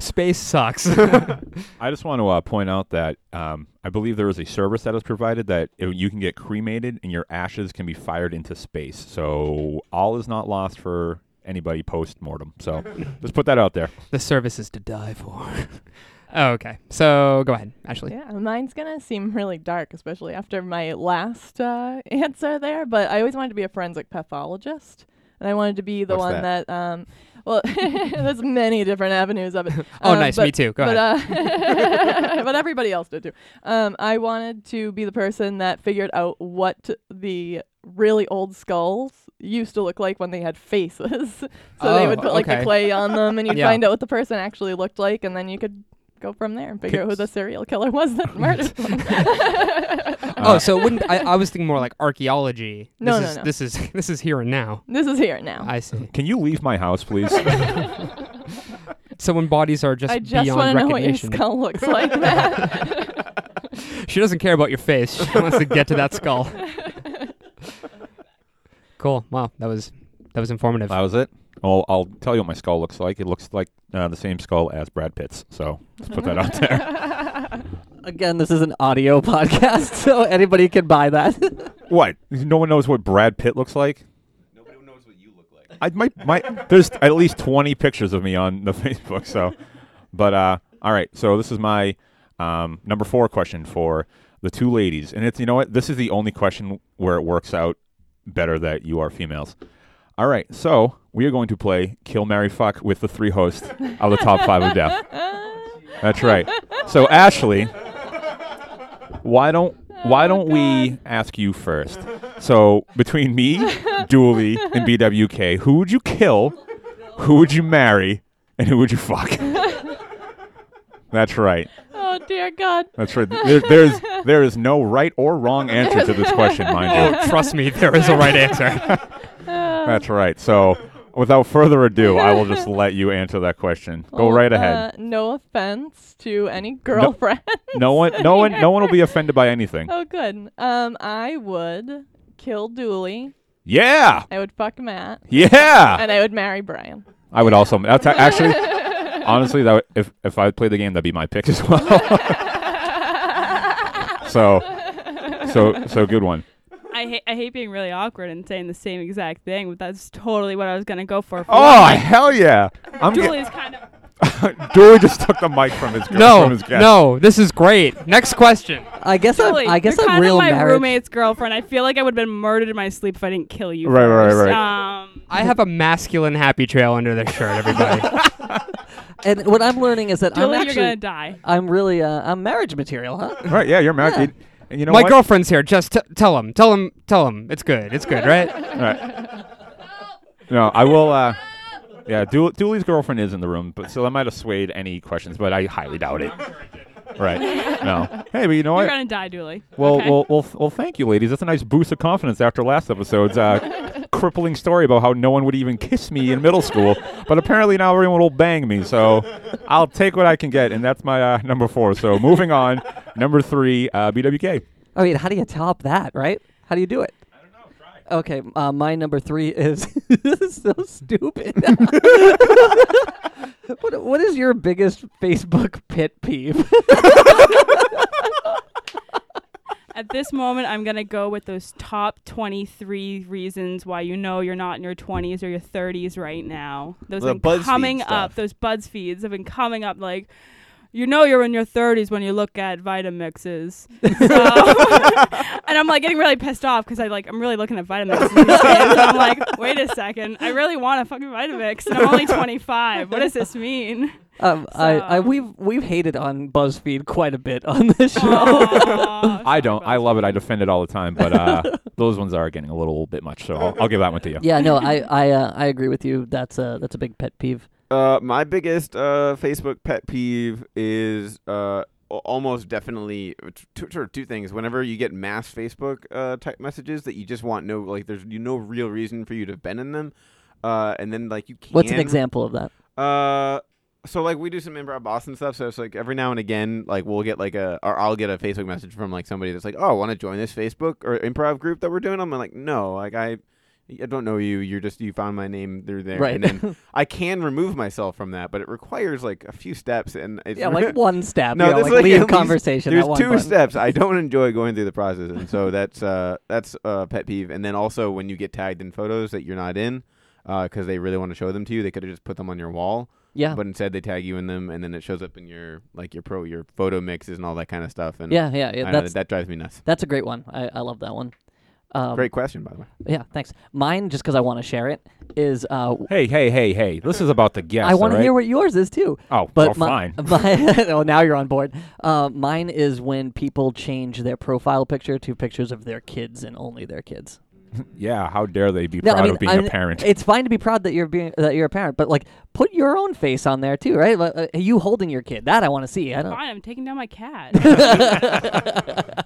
space sucks.
I just want to uh, point out that um, I believe there is a service that is provided that uh, you can get cremated and your ashes can be fired into space. So all is not lost for anybody post mortem. So just put that out there.
the service is to die for. Oh, okay. So go ahead, Ashley.
Yeah, mine's gonna seem really dark, especially after my last uh, answer there. But I always wanted to be a forensic pathologist, and I wanted to be the
What's
one
that?
that. um, well, there's many different avenues of it.
Oh,
Um,
nice.
but-
Me too. Go
but,
ahead.
Uh, but everybody else did too. Um, I wanted to be the person that figured out what the really old skulls used to look like when they had faces. so they
Oh,
would put like
okay.
the clay on them, and you'd
Yeah.
find out what the person actually looked like, and then you could go from there and figure out who the serial killer was that murdered them.
oh, so it wouldn't I, I was thinking more like archaeology.
No,
this
uh, no,
is,
no.
This is this is here and now.
this is here now.
I see.
Can you leave my house, please?
So when bodies are just
I just
beyond
want to know what your
recognition,
skull looks like. Matt.
she doesn't care about your face. She wants to get to that skull. cool. Wow, that was that was informative.
that was it. Well, I'll tell you what my skull looks like. It looks like uh, the same skull as Brad Pitt's. So let's put that out there.
Again, this is an audio podcast, so anybody can buy that.
What? No one knows what Brad Pitt looks like. Nobody knows what you look like. I my my there's at least twenty pictures of me on the Facebook. So, but uh, all right. So this is my um, number four question for the two ladies, and it's you know what this is the only question where it works out better that you are females. All right, so we are going to play Kill Mary Fuck with the three hosts of the top five of death. That's right. So Ashley, why don't why don't we ask you first? So between me, Dooley, and BWK, who would you kill? Who would you marry? And who would you fuck? That's right.
oh dear God.
That's right. There, there's there is no right or wrong answer to this question, mind
oh, trust me, there is a right answer.
you. That's right. So without further ado, I will just let you answer that question. Go
Well,
right ahead.
Uh, no offense to any girlfriend.
No one no one no one will be offended by anything.
oh, good. Um, I would kill Dooley.
Yeah.
I would fuck Matt,
Ah.
Yeah.
and I would marry Brian.
I would also. That's a- actually, honestly, that would, if if I played the game, that'd be my pick as well. so, so so good one.
I hate I hate being really awkward and saying the same exact thing, but that's totally what I was gonna go for. for
Oh hell yeah! I'm
one. Julie's kind of
get- Dooley just took the mic from his
no,
from his guest.
no, this is great. Next question.
I guess I'm,
Julie,
I guess
you're
I'm
kind
real
of my
marriage.
roommate's girlfriend. I feel like I would have been murdered in my sleep if I didn't kill you.
Right, right,
first.
right.
Um,
I have a masculine happy trail under their shirt, everybody.
And what I'm learning is that
Julie,
I'm
you're
actually
gonna die.
I'm really uh, I'm marriage material, huh?
Right? Yeah, you're married. It- And you know
My
what?
girlfriend's here. Just t- tell him. Tell him. Tell him. It's good. It's good, right?
All right. No, I will. uh Yeah, Dool- Dooley's girlfriend is in the room, but so that might have swayed any questions, but I highly doubt it. Right? No. Hey, but you know
You're
what?
gonna die, Julie.
Oh, Well,
okay?
well, well, th- well. Thank you, ladies. That's a nice boost of confidence after last episode's uh, crippling story about how no one would even kiss me in middle school, but apparently now everyone will bang me. So I'll take what I can get, and that's my uh, number four. So moving on, number three, uh, BWK.
I mean, how do you top that, right? How do you do it? Okay, uh, my number three is this is so stupid. what, what is your biggest Facebook pit peeve?
At this moment, I'm going to go with those top 23 reasons why you know you're not in your 20s or your 30s right now. Those
The
have been
BuzzFeed
coming
stuff.
up, those BuzzFeeds have been coming up like, you know you're in your 30s when you look at Vitamixes. So- and I'm like getting really pissed off because I like I'm really looking at Vitamixes. these days. And I'm like, wait a second, I really want a fucking Vitamix, and I'm only 25. What does this mean?
Um, I, I,
So-
we've we've hated on BuzzFeed quite a bit on this show.
Oh. Aw,
I
fuck
don't. I love it. I defend it all the time, but uh, those ones are getting a little bit much. So I'll, I'll give that one to you.
yeah, no, I I uh, I agree with you. That's a that's a big pet peeve.
Uh, my biggest uh, Facebook pet peeve is uh, a- almost definitely t- t- sort of two things. Whenever you get mass Facebook uh, type messages that you just want no like, there's you no real reason for you to have been in them, uh, and then like you can.
What's an example of that?
Uh, so like we do some improv Boston stuff. So it's like every now and again, like we'll get like a or I'll get a Facebook message from like somebody that's like, oh, want to join this Facebook or improv group that we're doing? I'm like, no, like I. I don't know you. You're just you found my name through there,
Right.
and then I can remove myself from that, but it requires like a few steps, and it's
yeah, like one stab.
No,
you know,
this
like
is like at
leave
least-
conversation.
there's
at one
two
button.
steps. I don't enjoy going through the process, and so that's uh, that's a pet peeve. And then also when you get tagged in photos that you're not in, because they really want to show them to you, they could have just put them on your wall,
Yeah,
but instead they tag you in them, and then it shows up in your like your pro your photo mixes and all that kind of stuff. And
yeah, yeah.
I
yeah
don't know,
that's
that drives me nuts.
that's a great one. I, I love that one. Um,
Great question, by the way.
Yeah, thanks. Mine, just because I want to share it, is uh,
Hey, hey, hey, hey! This is about the guests.
I want
all
to
right?
hear what yours is too.
Oh,
But
well,
my,
fine.
my- oh, now you're on board. Uh, mine is when people change their profile picture to pictures of their kids and only their kids.
Yeah, how dare they be
No,
proud
I mean,
of being
I
a
mean,
parent?
It's fine to be proud that you're being that you're a parent, but like put your own face on there too, right? Like, uh, you holding your kid. That I want to see. I don't.
Fine, I'm taking down my cat.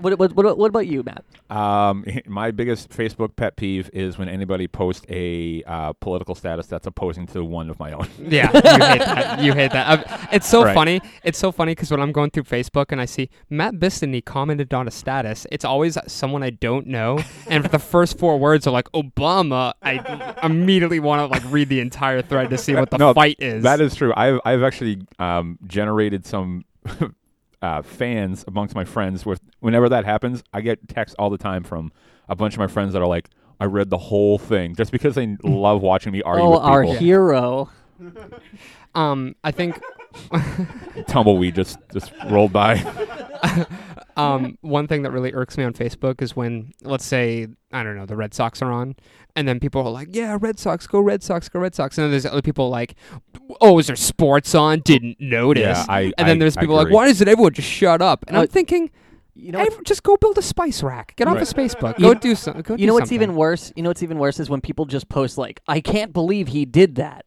What, what, what, what about you, Matt?
Um, my biggest Facebook pet peeve is when anybody posts a uh, political status that's opposing to one of my own.
Yeah, you hate that. You hate that. I've- it's so
Right.
funny. It's so funny because when I'm going through Facebook and I see Matt Bistany commented on a status, it's always someone I don't know, and the first four words are like Obama. I immediately want to like read the entire thread to see what the
No,
fight is.
That is true. I've I've actually um, generated some uh, fans amongst my friends. With whenever that happens, I get texts all the time from a bunch of my friends that are like, "I read the whole thing," just because they love watching me argue
oh,
with
our
people.
hero.
um, I think
Tumbleweed just just rolled by.
um, one thing that really irks me on Facebook is when, let's say, I don't know, the Red Sox are on, and then people are like, "Yeah, Red Sox, go Red Sox, go Red Sox," and then there's other people like, "Oh, is there sports on? Didn't notice."
Yeah, I-
and then
I-
there's
I
people like,
agree.
"Why doesn't everyone just shut up?" And
Uh,
I'm thinking,
You know,
"Ev-
what's-
just go build a spice rack. Get off
Right.
of Facebook. Go do some- go do something.
you know what's even worse? You know what's even worse is when people just post like, "I can't believe he did that,"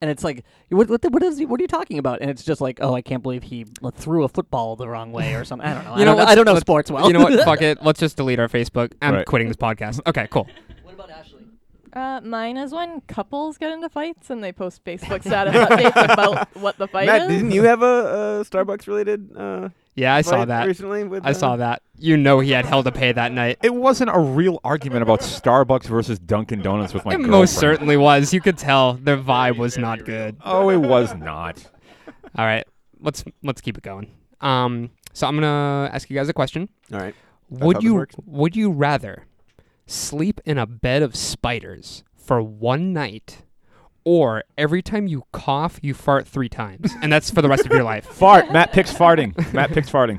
and it's like, "What? What, the, what is? he- What are you talking about?" And it's just like, "Oh, I can't believe he like, threw a football the wrong way or something." I don't know.
You
I,
know,
don't, know-
let's-
I don't know
let's-
sports well.
You know what? Fuck it. Let's just delete our Facebook. I'm
Right.
quitting this podcast. Okay, cool.
what about Ashley?
Uh, mine is when couples get into fights and they post Facebook status updates about what the fight
Matt,
is.
didn't you have a, uh Starbucks related? Uh,
Yeah, I saw
fight
that.
recently. With,
I saw that. You know he had hell to pay that night.
It wasn't a real argument about Starbucks versus Dunkin' Donuts with my
it most
girlfriend.
certainly was. You could tell their vibe was not good.
Oh, it was not.
All right, let's let's keep it going. Um, so I'm gonna ask you guys a question.
All right. how
would
this
you
works.
would you rather sleep in a bed of spiders for one night, or every time you cough you fart three times, and that's for the rest of your life?
Fart. Matt picks farting. Matt picks farting.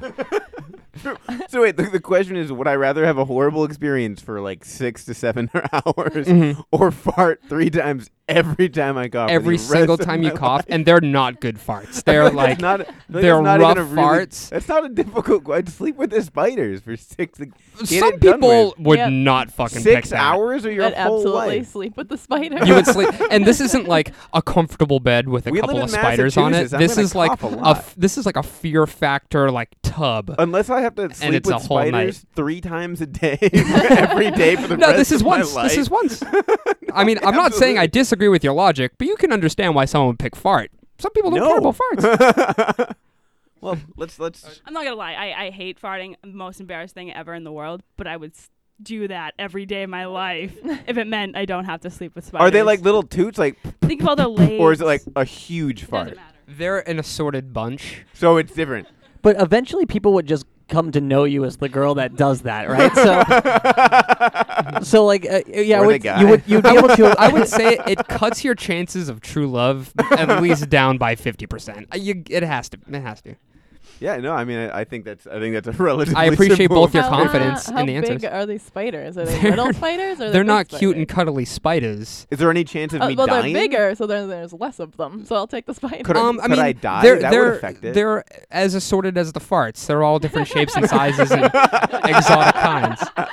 So wait, the, the question is: Would I rather have a horrible experience for like six to seven hours,
Mhm.
or fart three times every time I cough? for
Every
the
single
rest of
time
my
you cough,
life?
and they're not good farts.
I feel
They're
like
like
that's not, I feel like
they're
that's not even
rough
a really-
farts.
that's not a difficult. que- I'd sleep with the spiders for six. Get
some
it done
people
with.
would
Yep.
not fucking pick
six
that.
hours or your
I'd
whole
absolutely
life.
sleep with the spider.
You would sleep, and this isn't like a comfortable bed with a
We live
couple
in
of spiders on it.
Massachusetts. I'm
This
gonna
is like
cough a
a
lot.
f- this is like a fear factor like tub.
Unless I have to sleep
it's a
with
whole night.
spiders three times a day, every day for the
no,
rest
this is
of my
once.
life.
This is once. I mean, I'm not saying I disagree with your logic, but you can understand why someone would pick fart. Some people don't care
No.
about farts.
well, let's let's.
I'm not gonna lie, I, I hate farting, most embarrassing thing ever in the world, but I would s- do that every day of my life if it meant I don't have to sleep with spiders.
Are they like little toots, like,
think of all the legs?
or is it like a huge
Doesn't
fart?
matter.
They're an assorted bunch.
So it's different.
But eventually, people would just come to know you as the girl that does that, right? So, so like, uh, yeah, I
Or the
would,
guy.
you would you'd be able to.
I would say it cuts your chances of true love at least down by fifty percent. You, it has to. It has to.
yeah, no, I mean, I, I think that's I think that's a relatively.
I appreciate
simple-
both your
How, uh,
confidence in
how
the
big
answers.
are these spiders? Are they
They're-
little spiders? Or are
They're,
they big
not cute and
spiders?
cuddly spiders.
Is there any chance of
Uh,
me
well,
dying?
they're bigger, so then there's less of them. So I'll take the spider.
Could I-
Um, I
could
mean,
I die?
they're
That would
they're
affect it.
they're as assorted as the farts. They're all different shapes and sizes and exotic kinds.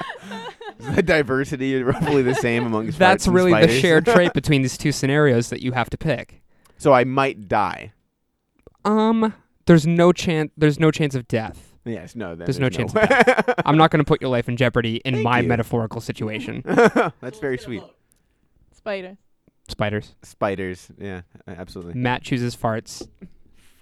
The diversity is roughly the same amongst. farts
That's
and
really the
spiders.
shared trait between these two scenarios that you have to pick.
So I might die.
Um, there's no chance. There's no chance of death.
Yes, no. then
There's no chance
way.
of I'm not going to put your life in jeopardy in
Thank
my
you.
metaphorical situation.
That's very sweet.
Spider.
Spiders.
Spiders. Yeah, a- absolutely.
Matt chooses farts.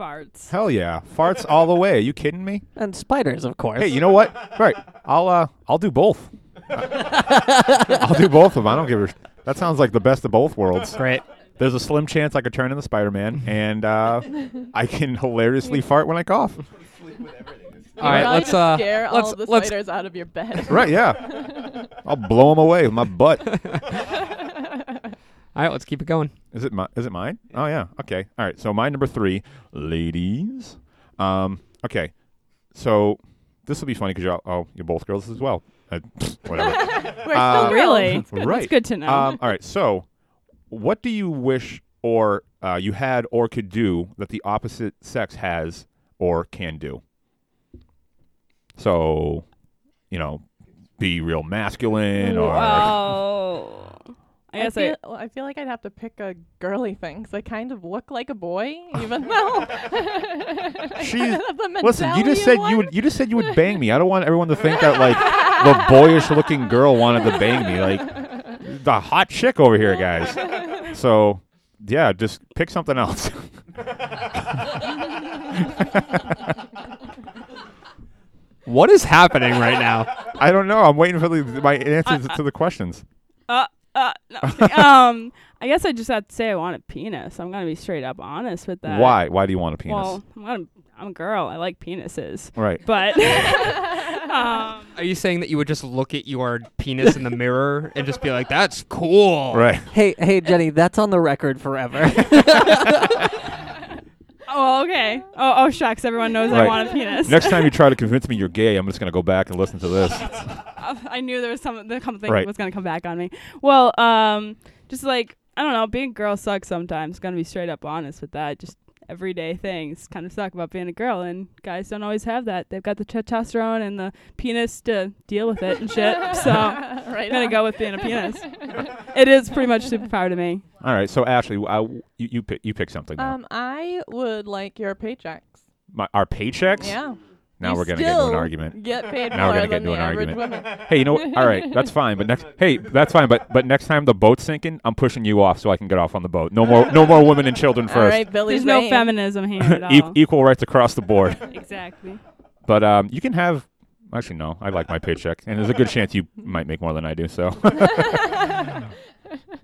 farts.
Hell yeah, farts all the way. Are you kidding me?
and spiders, of course.
Hey, you know what? All right, I'll uh, I'll do both. I'll do both of them. I don't give a. Sh- that sounds like the best of both worlds.
Great.
There's a slim chance I could turn into Spider-Man, and uh, I can hilariously fart when I cough.
All right,
Probably
let's
just
uh
scare all
let's
of the
let's
spiders out of your bed.
Right? Yeah. I'll blow them away with my butt.
All right, let's keep it going.
Is it my, is it mine? Oh yeah. Okay. All right. So my number three, ladies. Um. Okay. So this will be funny because you're all, oh you're both girls as well. Uh, whatever.
We're still
Uh,
girls.
Really? That's good. That's
Right.
good to know.
Uh,
Um, all right. So, what do you wish or uh, you had or could do that the opposite sex has or can do? So, you know, be real masculine or
uh, Wow. Oh. I
I
guess
feel,
I,
well, I feel like I'd have to pick a girly thing because I kind of look like a boy, even though.
She's-
kind of have the
Listen, you just
medallion
said
one.
you would you just said you would bang me. I don't want everyone to think that like the boyish looking girl wanted to bang me. Like the hot chick over here, guys. So yeah, just pick something else.
What is happening right now?
I don't know. I'm waiting for the, my answers to the questions.
uh, uh, no, I'm kidding. um, I guess I just have to say I want a penis. I'm gonna be straight up honest with that.
Why? Why do you want a penis?
Well, I'm gonna, I'm a girl. I like penises,
right.
but um,
Are you saying that you would just look at your penis in the mirror and just be like, "That's cool"?
Right.
hey, hey, Jenny, that's on the record forever.
oh okay. Oh oh shucks, everyone knows
Right.
I want a penis.
Next time you try to convince me you're gay, I'm just gonna go back and listen to this.
Uh, I knew there was some there something
Right.
was gonna come back on me. Well, um, just like I don't know, being a girl sucks sometimes. Gonna be straight up honest with that. Just everyday things kind of suck about being a girl, and guys don't always have that. They've got the testosterone and the penis to deal with it and shit. So I'm
right
gonna
on.
go with being a penis. it is pretty much superpower to me.
All right. So Ashley, I, you you pick, you pick something. now.
Um, I would like your paychecks.
My, our paychecks.
Yeah.
Now
You
we're gonna get into an
still
argument.
Get paid
Now we're
more
gonna get
than
into
the
an
average
argument.
woman.
Hey, you know what? All right, that's fine. But next, hey, that's fine. But but next time the boat's sinking, I'm pushing you off so I can get off on the boat. No more no more women and children
All
first.
right, Billy.
There's no feminism here at
E-
all.
equal rights across the board.
exactly.
But um, you can have. Actually, no. I like my paycheck, and there's a good chance you might make more than I do. So.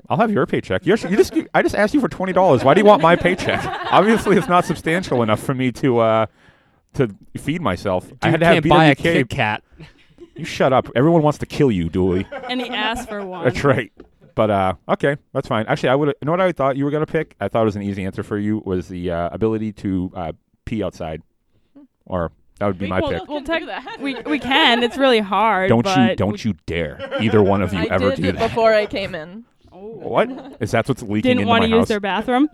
I'll have your paycheck. You're, you just, I just asked you for twenty dollars. Why do you want my paycheck? Obviously, it's not substantial enough for me to uh, to feed myself. I had
Dude
to have
can't buy a
BWK.
Kit Kat.
You shut up. Everyone wants to kill you, Dooley.
And he asked for one.
That's right. But uh, okay, that's fine. Actually, I would. You know what I thought you were gonna pick? I thought it was an easy answer for you. Was the uh, ability to uh, pee outside, or that would be my
well,
pick.
Well,
Can do
tech-
that.
we we can. It's really hard.
Don't you?
but we
Don't you dare! Either one of you
I
ever
did
do
it
that.
before I came in.
What is that? What's leaking
Didn't
into
want
my
to use
house?
their bathroom.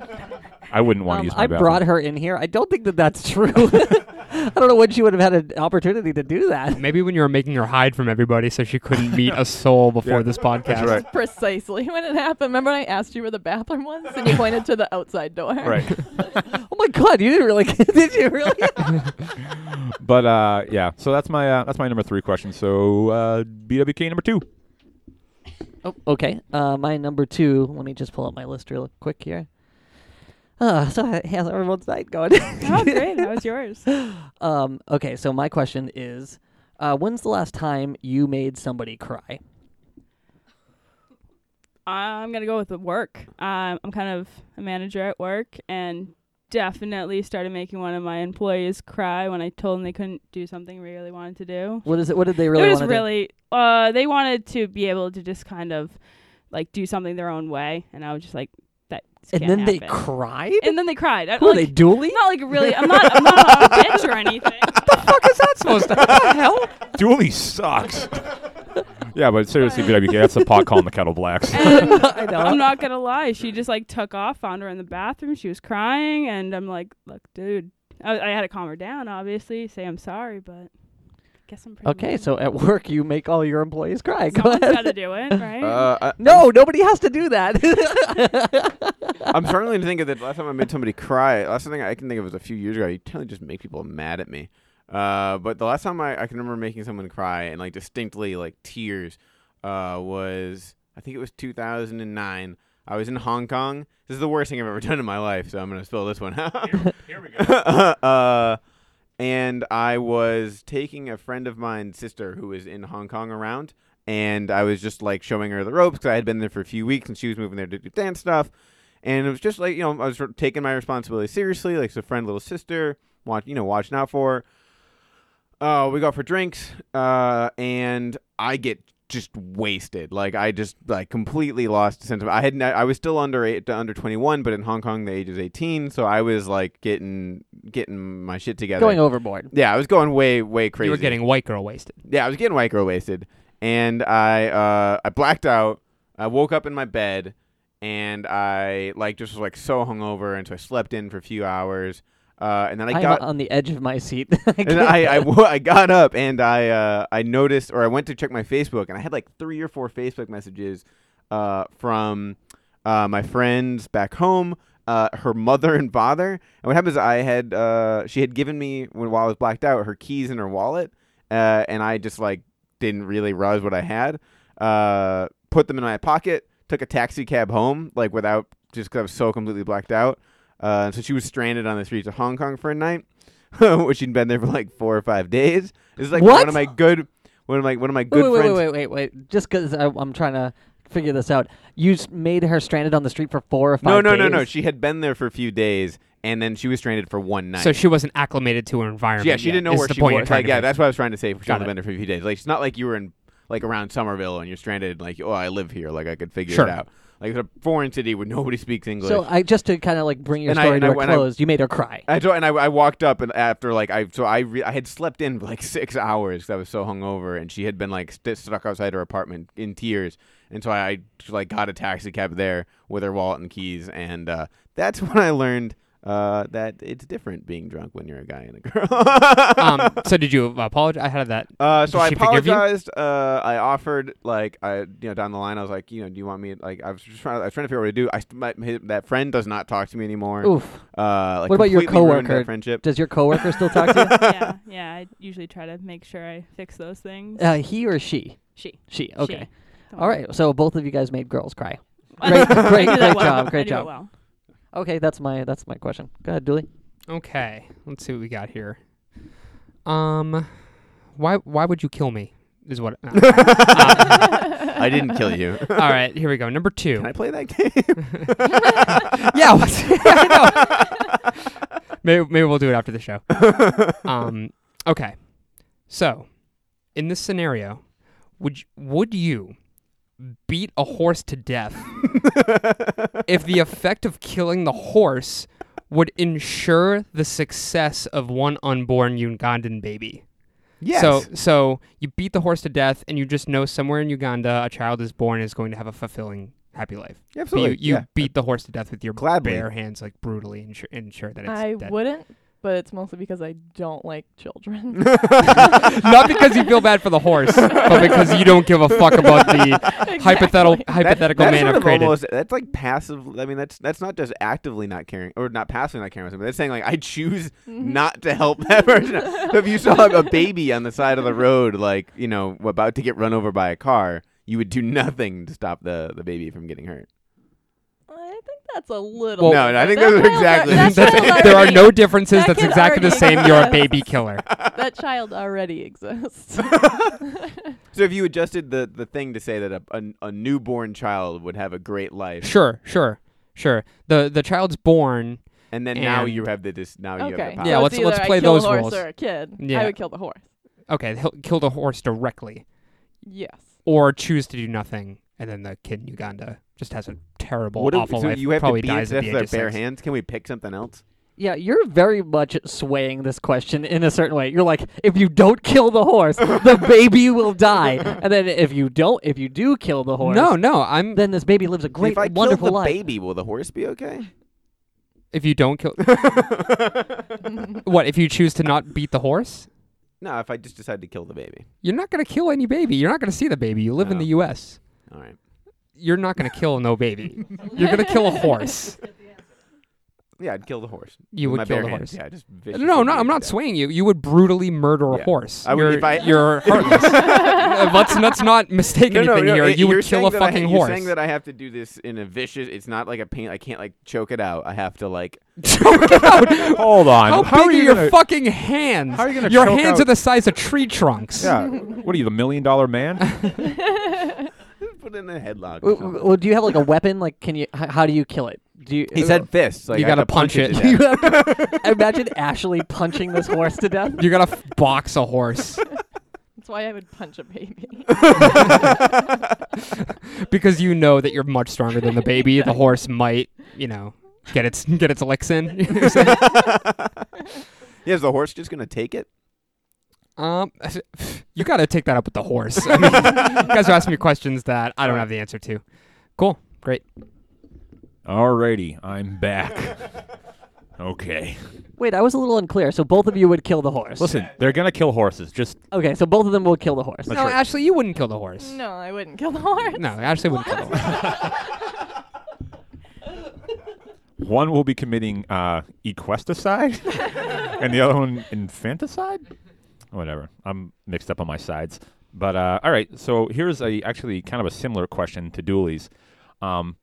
I wouldn't want to
Um,
use my
I
bathroom.
brought her in here. I don't think that that's true. I don't know when she would have had an opportunity to do that.
Maybe when you were making her hide from everybody, so she couldn't meet a soul before
Yeah,
this podcast.
That's right.
Precisely when it happened. Remember when I asked you where the bathroom was and you pointed to the outside door?
Right.
Oh my god, you didn't really did you really?
But uh, yeah. So that's my uh, that's my number three question. So uh, BWK number two.
Oh, okay. Uh, my number two. Let me just pull up my list real quick here. Uh, so h- how's everyone's night going?
Oh, great. That was yours.
um, okay, so my question is, uh, when's the last time you made somebody cry?
I'm gonna go with the work. Um, I'm kind of a manager at work, and definitely started making one of my employees cry when I told them they couldn't do something we really wanted to do.
What is it? What did they really
they were
want
just
to do?
really uh they wanted to be able to just kind of like do something their own way and I was just like that just
And
can't
then they
happen.
cried.
and then they cried. I,
Who are
like,
they dueling?
not like really I'm not I'm not a bitch or anything.
fuck is that supposed to? What the hell?
Dooley sucks. yeah, but seriously, BWK, that's the pot calling the kettle blacks.
And
I know.
I'm not gonna lie. She just like took off, found her in the bathroom. She was crying, and I'm like, "Look, dude, I, I had to calm her down. Obviously, say I'm sorry, but guess I'm pretty."
Okay,
mean.
so at work you make all your employees cry. Go
someone's got
ahead.
to do it, right?
Uh, I,
No, nobody has to do that.
I'm struggling to think of the last time I made somebody cry. Last thing I can think of was a few years ago. You totally just make people mad at me. Uh, but the last time I, I can remember making someone cry and like distinctly like tears uh, was I think it was 2009. I was in Hong Kong. This is the worst thing I've ever done in my life, so I'm gonna spill this one out. Here, we go. uh, and I was taking a friend of mine's sister who was in Hong Kong around, and I was just like showing her the ropes because I had been there for a few weeks and she was moving there to do dance stuff. And it was just like, you know, I was sort of taking my responsibility seriously, like as a friend, little sister, watch, you know, watching out for her. Uh, we go out for drinks, uh, and I get just wasted. Like I just like completely lost sense of. I had not, I was still under eight, under twenty one, but in Hong Kong the age is eighteen, so I was like getting getting my shit together.
Going overboard.
Yeah, I was going way way crazy.
You were getting white girl wasted.
Yeah, I was getting white girl wasted, and I uh, I blacked out. I woke up in my bed, and I like just was like so hungover, and so I slept in for a few hours, uh, and then I
I'm
got
on the edge of my seat.
and I, I, wo- I got up and I uh, I noticed or I went to check my Facebook and I had like three or four Facebook messages uh, from uh, my friends back home, uh, her mother and father. And what happened is I had uh, she had given me when while I was blacked out her keys and her wallet, uh, and I just like didn't really realize what I had. Uh, put them in my pocket, took a taxi cab home like without just 'cause I was so completely blacked out. Uh, so she was stranded on the streets of Hong Kong for a night. which she'd been there for like four or five days. This is like
What?
one of my good, one of my one of my
wait,
good
wait,
friends.
wait, wait, wait, wait. Just because I'm trying to figure this out, you s- made her stranded on the street for four or five.
No, no, no, no.
days?
She had been there for a few days, and then she was stranded for one night.
So she wasn't acclimated to her environment.
yeah, she
yet,
didn't know
is
where
the
she
point you're
was.
trying
Like,
to
yeah,
make.
that's what I was trying to say. She
Got
had
it.
been there for a few days. Like, it's not like you were in like around Somerville and you're stranded. Like, oh, I live here. Like, I could figure
Sure.
it out. Like, it's a foreign city where nobody speaks English.
So I just to kind of like bring your
And I-
story
and
to
I-
a
and I-
close, you made her cry.
I told, and I, I walked up and after like I so I re- I had slept in for like six hours because I was so hungover and she had been like st- stuck outside her apartment in tears and so I, like got a taxi cab there with her wallet and keys and uh, that's when I learned uh, that it's different being drunk when you're a guy and a girl.
um, so did you apologize? I had that.
Uh, so
Did
I
she forgive you?
apologized. Uh, I offered like I, you know, down the line, I was like, you know, do you want me? Like, I was just trying. I was trying to figure out what to do. I st- my, his, that friend does not talk to me anymore.
Oof.
Uh, like
What about your
completely ruined that
coworker?
Friendship.
Does your coworker still talk to
yeah, yeah. I usually try to make sure I fix those things.
you? Uh, he or she?
she.
She. Okay.
Don't
All
worry.
right. So both of you guys made girls cry.
I
Great-
do that
great-
well.
great
I
job,
do
great
it
job.
well.
Okay, that's my that's my question. Go ahead, Dooley.
Okay, let's see what we got here. Um, why why would you kill me? Is what. no.
I didn't kill you.
all right, here we go. Number two.
Can I play that game?
yeah. What's, I know. maybe maybe we'll do it after the show. Um. Okay. So, in this scenario, would you, would you beat a horse to death if the effect of killing the horse would ensure the success of one unborn Ugandan baby?
yes.
So so you beat the horse to death, and you just know somewhere in Uganda a child is born is going to have a fulfilling, happy life. But
absolutely.
you, you
yeah.
beat the horse to death with your
Gladly.
bare hands, like brutally, and ensure, ensure that it's
I
dead.
wouldn't, but it's mostly because I don't like children.
Not because you feel bad for the horse, but because you don't give a fuck about the hypothetical hypothetical
that's
man
sort
I've
of
created.
almost- that's like passive. I mean, that's that's not just actively not caring or not passively not caring. But that's saying like I choose
Mm-hmm.
not to help that person. so if you saw a baby on the side of the road, like you know, about to get run over by a car, you would do nothing to stop the, the baby from getting hurt.
I think that's a little.
No, no, I think
that
those are
child
exactly
al- that
the same.
child
there are
already-
no differences.
that
That's
kid
exactly the
already
same. You're a
exists.
baby killer.
That child already exists.
So if you adjusted the, the thing to say that a, a, a newborn child would have a great life,
Sure, sure, sure. The the child's born,
and then now
And-
you have the dis- now you
Okay.
have the power.
Yeah,
so
let's-
it's
let's
either
play
I kill
those
a horse
rules.
Or a kid.
Yeah.
I would kill the horse.
Okay, he'll kill the horse directly,
Yes.
or choose to do nothing, and then the kid in Uganda just has a terrible,
What do-
awful
so
life.
you have
probably
to be
dies at the
that's
age
their
of
bare
six.
hands. Can we pick something else?
Yeah, you're very much swaying this question in a certain way. You're like, if you don't kill the horse, the baby will die. And then if you don't, if you do kill the horse,
No, no, I'm.
then this baby lives a great,
if I
wonderful
killed the
life.
baby, will the horse be okay?
if you don't kill, what if you choose to not beat the horse?
no, if I just decide to kill the baby.
You're not gonna kill any baby. You're not gonna see the baby. You live in
No.
the U.S.
All right.
You're not gonna kill no baby. You're gonna kill a horse.
Yeah, I'd kill the horse.
You
With
would
my
kill
bare
the
hands.
horse.
Yeah, just viciously
No, no,
beat it
I'm
to
not
death.
swaying you. You would brutally murder a
Yeah.
horse.
I would-
you're,
if I-
you're heartless. Uh, let's let's not mistake
No, no,
anything
no,
here.
i-
You
you're
would kill
saying
a
that I-
fucking
You're
horse.
saying that I have to do this in a vicious. It's not like a pain. I can't like choke it out. I have to like.
Choke it out.
Hold on.
How,
How
big are,
are you
your
gonna-
fucking hands?
How are you gonna
your
choke
hands
out-
are the size of tree trunks.
Yeah. what are you, the million dollar man?
Put it in a headlock. or
W-
something.
w- Well, do you have like a weapon? Like, can you? H- how do you kill it? Do you?
He said fists. Like
You
I
gotta
have to punch,
punch
it.
it.
to
You
death.
have to- imagine Ashley punching this horse to death.
You're gonna f- box a horse
That's why I would punch a baby.
because you know that you're much stronger than the baby. The horse might, you know, get its get its licks in. You know what I'm saying?
yeah, is the horse just gonna take it?
um, you gotta take that up with the horse. I mean, you guys are asking me questions that I don't have the answer to. Cool, great.
Alrighty, I'm back. Okay.
Wait, I was a little unclear. So both of you would kill the horse.
Listen, they're gonna kill horses. Just
Okay, so both of them will kill the horse.
no, Ashley, you wouldn't kill the horse.
no, I wouldn't kill the horse.
No, Ashley wouldn't kill the horse.
one will be committing uh, equesticide, and the other one infanticide. Whatever. I'm mixed up on my sides. But uh, all right. So here's a actually kind of a similar question to Dooley's. Um,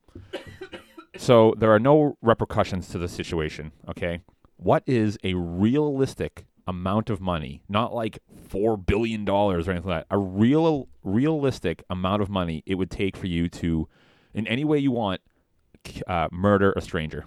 so there are no repercussions to the situation. Okay. What is a realistic amount of money? Not like four billion dollars or anything like that. A real, realistic amount of money it would take for you to, in any way you want, k- uh, murder a stranger.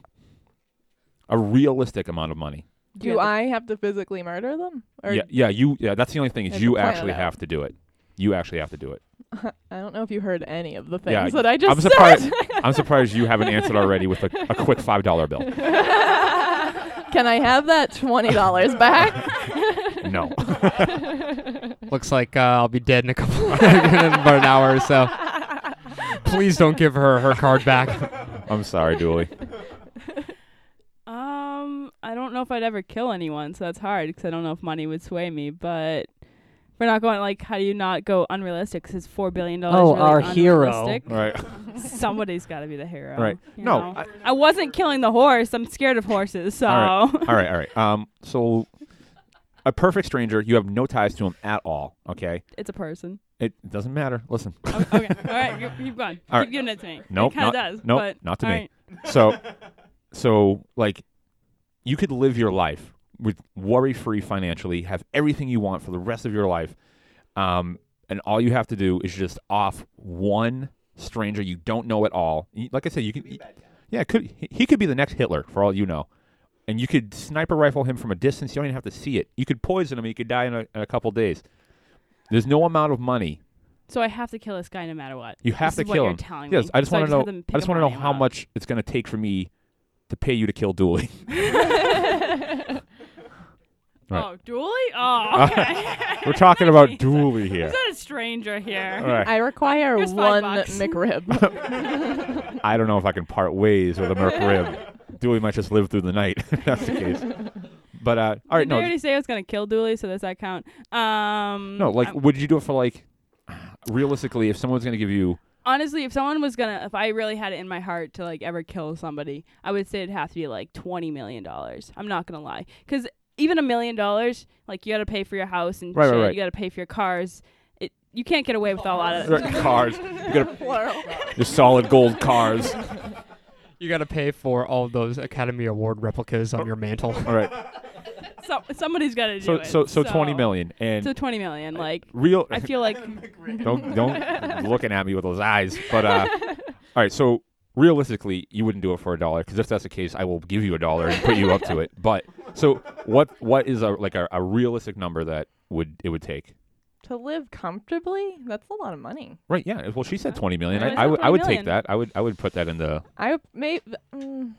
A realistic amount of money.
Do I have to physically murder them? Or
yeah, yeah, you. Yeah, that's the only thing
I
is
have to
you
plan it
actually
out.
have to do it. You actually have to do it.
I don't know if you heard any of the things
Yeah,
that I just
I'm surprised. I'm surprised you haven't answered already with a, a quick five dollar bill.
said. Can I have that twenty dollars back?
No.
Looks like uh, I'll be dead in a couple about an hour or so. Please don't give her her card back.
I'm sorry, Dooley.
Um, I don't know if I'd ever kill anyone, so that's hard because I don't know if money would sway me. But we're not going like, how do you not go unrealistic? Because it's four billion dollars.
Oh,
really
our hero.
unrealistic?
Right.
Somebody's got to be the hero.
Right.
you
No,
know?
I-
I, wasn't killing the horse. I'm scared of horses, so
All All right. All right. Um. So, a perfect stranger. You have no ties to him at all. Okay.
it's a person.
It doesn't matter. Listen.
O- okay, all right, you, keep going.
All right.
Keep giving it to me.
Nope,
it kind
not-
of does.
nope,
but,
not to
all
me.
right.
So, so like, you could live your life with worry-free financially, have everything you want for the rest of your life, um, and all you have to do is just off one stranger you don't know at all. Y- Like I said, you can, yeah, it could he- he could be the next Hitler for all you know, and you could sniper rifle him from a distance. You don't even have to see it. You could poison him. He could die in a, in a couple days. There's no amount of money
So I have to kill this guy no matter what.
you have
This
to
is what
kill
you're
him.
telling
yes,
me.
I just
So I
want to
just
know.
have them pick
I just
up
want to know
on him
how
up.
much it's going to take for me to pay you to kill Dooley. Right. Uh,
Oh, Dooley? Oh, okay.
We're talking about Dooley here.
He's not a stranger here.
All right.
I require
Here's
one
five bucks.
McRib.
I don't know if I can part ways with a McRib. Dooley might just live through the night. if That's the case. But uh, all right,
Did I
no,
already say I was gonna kill Dooley, so does that count? Um,
no. Like,
I'm-
would you do it for like? Realistically, if someone's going to give you,
honestly, if someone was gonna, if I really had it in my heart to like ever kill somebody, I would say it'd have to be like twenty million dollars. I'm not gonna lie, because even a million dollars, like you got to pay for your house and
Right, right,
shit,
right.
you got to pay for your cars. It you can't get away with a lot of.
cars, you got
Plural.
your solid gold cars.
You got to pay for all those Academy Award replicas on your mantle.
All right,
So, somebody's got to do
so
it.
so so twenty million and
So twenty million, like.
real.
I feel like
don't don't looking at me with those eyes. But uh, all right, so realistically, you wouldn't do it for a dollar because if that's the case, I will give you a dollar and put you up to it. But so what? What is a like a, a realistic number that would it would take?
To live comfortably, that's a lot of money.
Right? Yeah. Well, she said twenty million.
Yeah,
I, I
I said
would I would
20
take
million.
that. I would I would put that in the.
I may mm,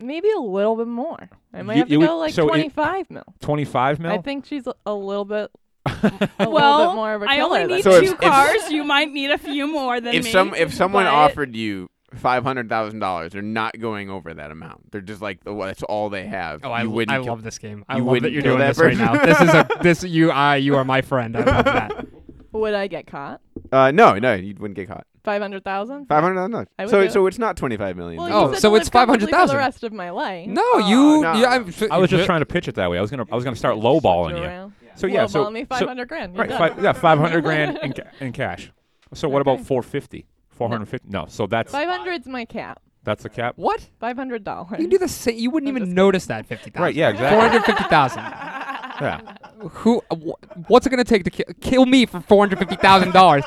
maybe a little bit more. I might
You-
have to
you would-
go like
so it-
twenty five mil.
25 mil?
I think she's a, a little bit a little
Well,
bit more of a
I only
killer than
need
So
me.
if-
two
if-
cars. you might need a few more than
if
me.
some if someone
but-
offered you five hundred thousand dollars, they're not going over that amount. They're just like, well, that's all they have.
Oh,
you
I, l-
wouldn't
I
kill-
love this game. I
you
love that
wouldn't
you're
kill
doing
that
this right now.
person.
This is a this you I you are my friend. I love that.
would I get caught?
Uh, no, no, you wouldn't get caught.
Five hundred thousand.
Five hundred thousand
I
dollars.
would
So
do
so it's not twenty five
Oh,
million.
Well,
dollars.
you said
so
to live
it's 500,000.
comfortably for the rest of my life.
No,
Oh,
you.
no.
Yeah, I'm,
I was just trying to pitch it that way. I was gonna I was gonna start lowballing you.
Around.
So yeah, so,
Lowball me
so-
five hundred grand. you're
right,
done.
five, yeah, five hundred grand in, ca- in cash. So what
Okay.
about four fifty? Four hundred fifty? No. So that's
500's my cap.
that's the cap.
What?
Five hundred dollars.
You can do the same. You wouldn't
I'm
even
just
notice that fifty thousand.
Right? Yeah.
Four
Exactly.
hundred fifty thousand.
yeah.
Who? Wh- what's it gonna take to ki- kill me for four hundred fifty thousand dollars?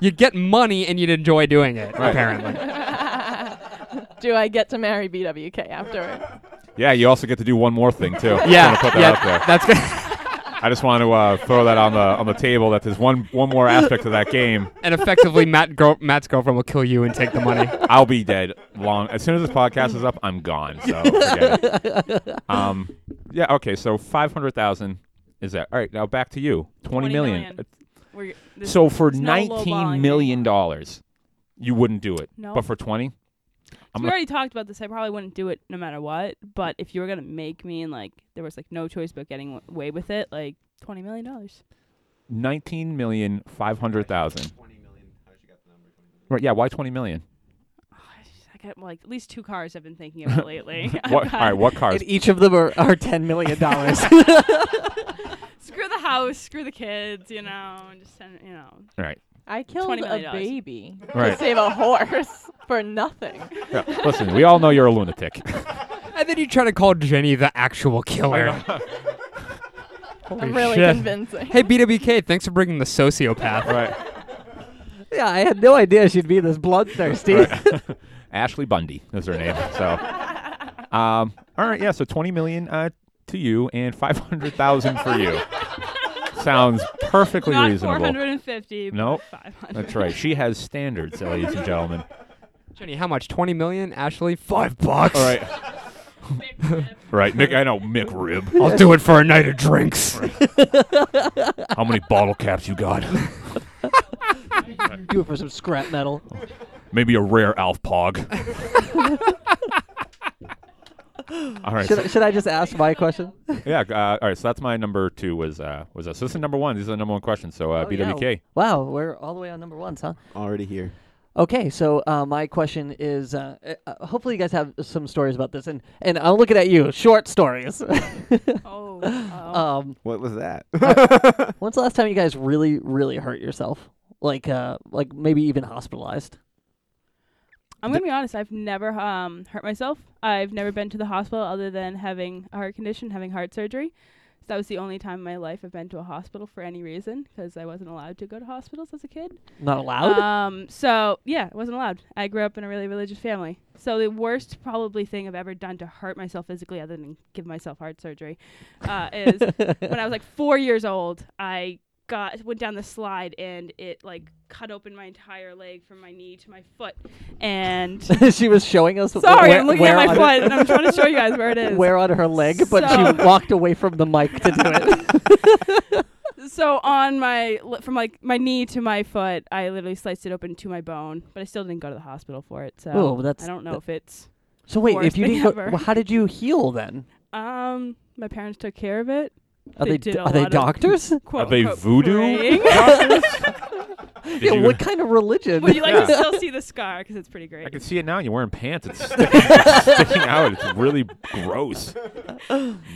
You'd get money and you'd enjoy doing it.
Right.
Apparently.
Do I get to marry BWK afterward?
Yeah. You also get to do one more thing too.
Yeah,
Just wanna put that
yeah.
out there.
That's good.
I just want to uh, throw that on the on the table. That there's one one more aspect of that game.
And effectively, Matt girl, Matt's girlfriend will kill you and take the money.
I'll be dead long as soon as this podcast is up. I'm gone. So forget it. um, yeah. Okay. So five hundred thousand is that? All right. Now back to you. Twenty
20
million.
million. We're- this-
So for
there's no lowballing
nineteen million dollars, you wouldn't do it.
No.
But for twenty, I'm
we
gonna-
already talked about this. I probably wouldn't do it no matter what. But if you were gonna make me and like there was like no choice but getting w- away with it, like twenty million dollars.
nineteen million five hundred thousand. Right. Yeah. Why twenty million?
I got like at least two cars I've been thinking about lately. I've
What? All
got-
right. What cars?
And each of them are, are ten million dollars.
Screw the house. Screw the kids. You know, and just send, you know.
I killed
$20 million
a baby
Right.
to save a horse for nothing.
Yeah, Listen, we all know you're a lunatic.
And then you try to call Jenny the actual killer. Holy
I'm really
shit.
convincing.
Hey, BWK, thanks for bringing the sociopath.
right.
yeah, I had no idea she'd be this bloodthirsty.
Right. Ashley Bundy is her name. So, um, all right, yeah. So twenty million uh, to you and five hundred thousand for you. Sounds perfectly
Not four
reasonable.
hundred and fifty.
Nope.
Five hundred.
That's right. She has standards, ladies and gentlemen.
Jenny, how much? 20 million? Ashley, five bucks.
All right, right. Mick, I know Mick Rib.
I'll do it for a night of drinks.
How many bottle caps you got?
Do it for some scrap metal.
Maybe a rare Alf Pog. all right.
Should,
so-
I- should I just ask my question?
yeah. Uh, all right. So that's my number two was uh, was uh, so this is number one. These are the number one questions. So uh,
Oh, yeah.
BWK.
Wow, we're all the way on number ones, huh?
Already here.
Okay, so uh, my question is: uh, uh, Hopefully, you guys have some stories about this, and and I'm looking at you. Short stories.
Oh.
um,
What was that?
when's the last time you guys really, really hurt yourself? Like, uh, like maybe even hospitalized.
I'm gonna be honest. I've never um, hurt myself. I've never been to the hospital other than having a heart condition, having heart surgery. So that was the only time in my life I've been to a hospital for any reason because I wasn't allowed to go to hospitals as a kid.
Not allowed.
Um, so yeah, I wasn't allowed. I grew up in a really religious family. So the worst probably thing I've ever done to hurt myself physically, other than give myself heart surgery, uh, is when I was like four years old. I got went down the slide and it like cut open my entire leg from my knee to my foot and
she was showing us. wh-
Sorry,
where,
I'm looking
where
at my
on
foot and I'm trying to show you guys where it is.
Where on her leg, but she
So-
walked away from the mic to do it.
So on my li- from like my knee to my foot, I literally sliced it open to my bone, but I still didn't go to the hospital for it. So
Oh, that's-
I don't know
that-
if it's
So wait, if
Worst
you
thing
didn't, go,
ever.
well, how did you heal then?
um my parents took care of it.
Are
They
they,
did
d-
a
are they
lot of-
doctors?
Quote,
Are they
unquote,
voodoo
praying.
doctors? Did
yeah,
you-
what kind of religion?
Would you like
Yeah.
to still see the scar? Because it's pretty
I
great.
can see it now. You're wearing pants. It's sticking, it's sticking out. It's really gross.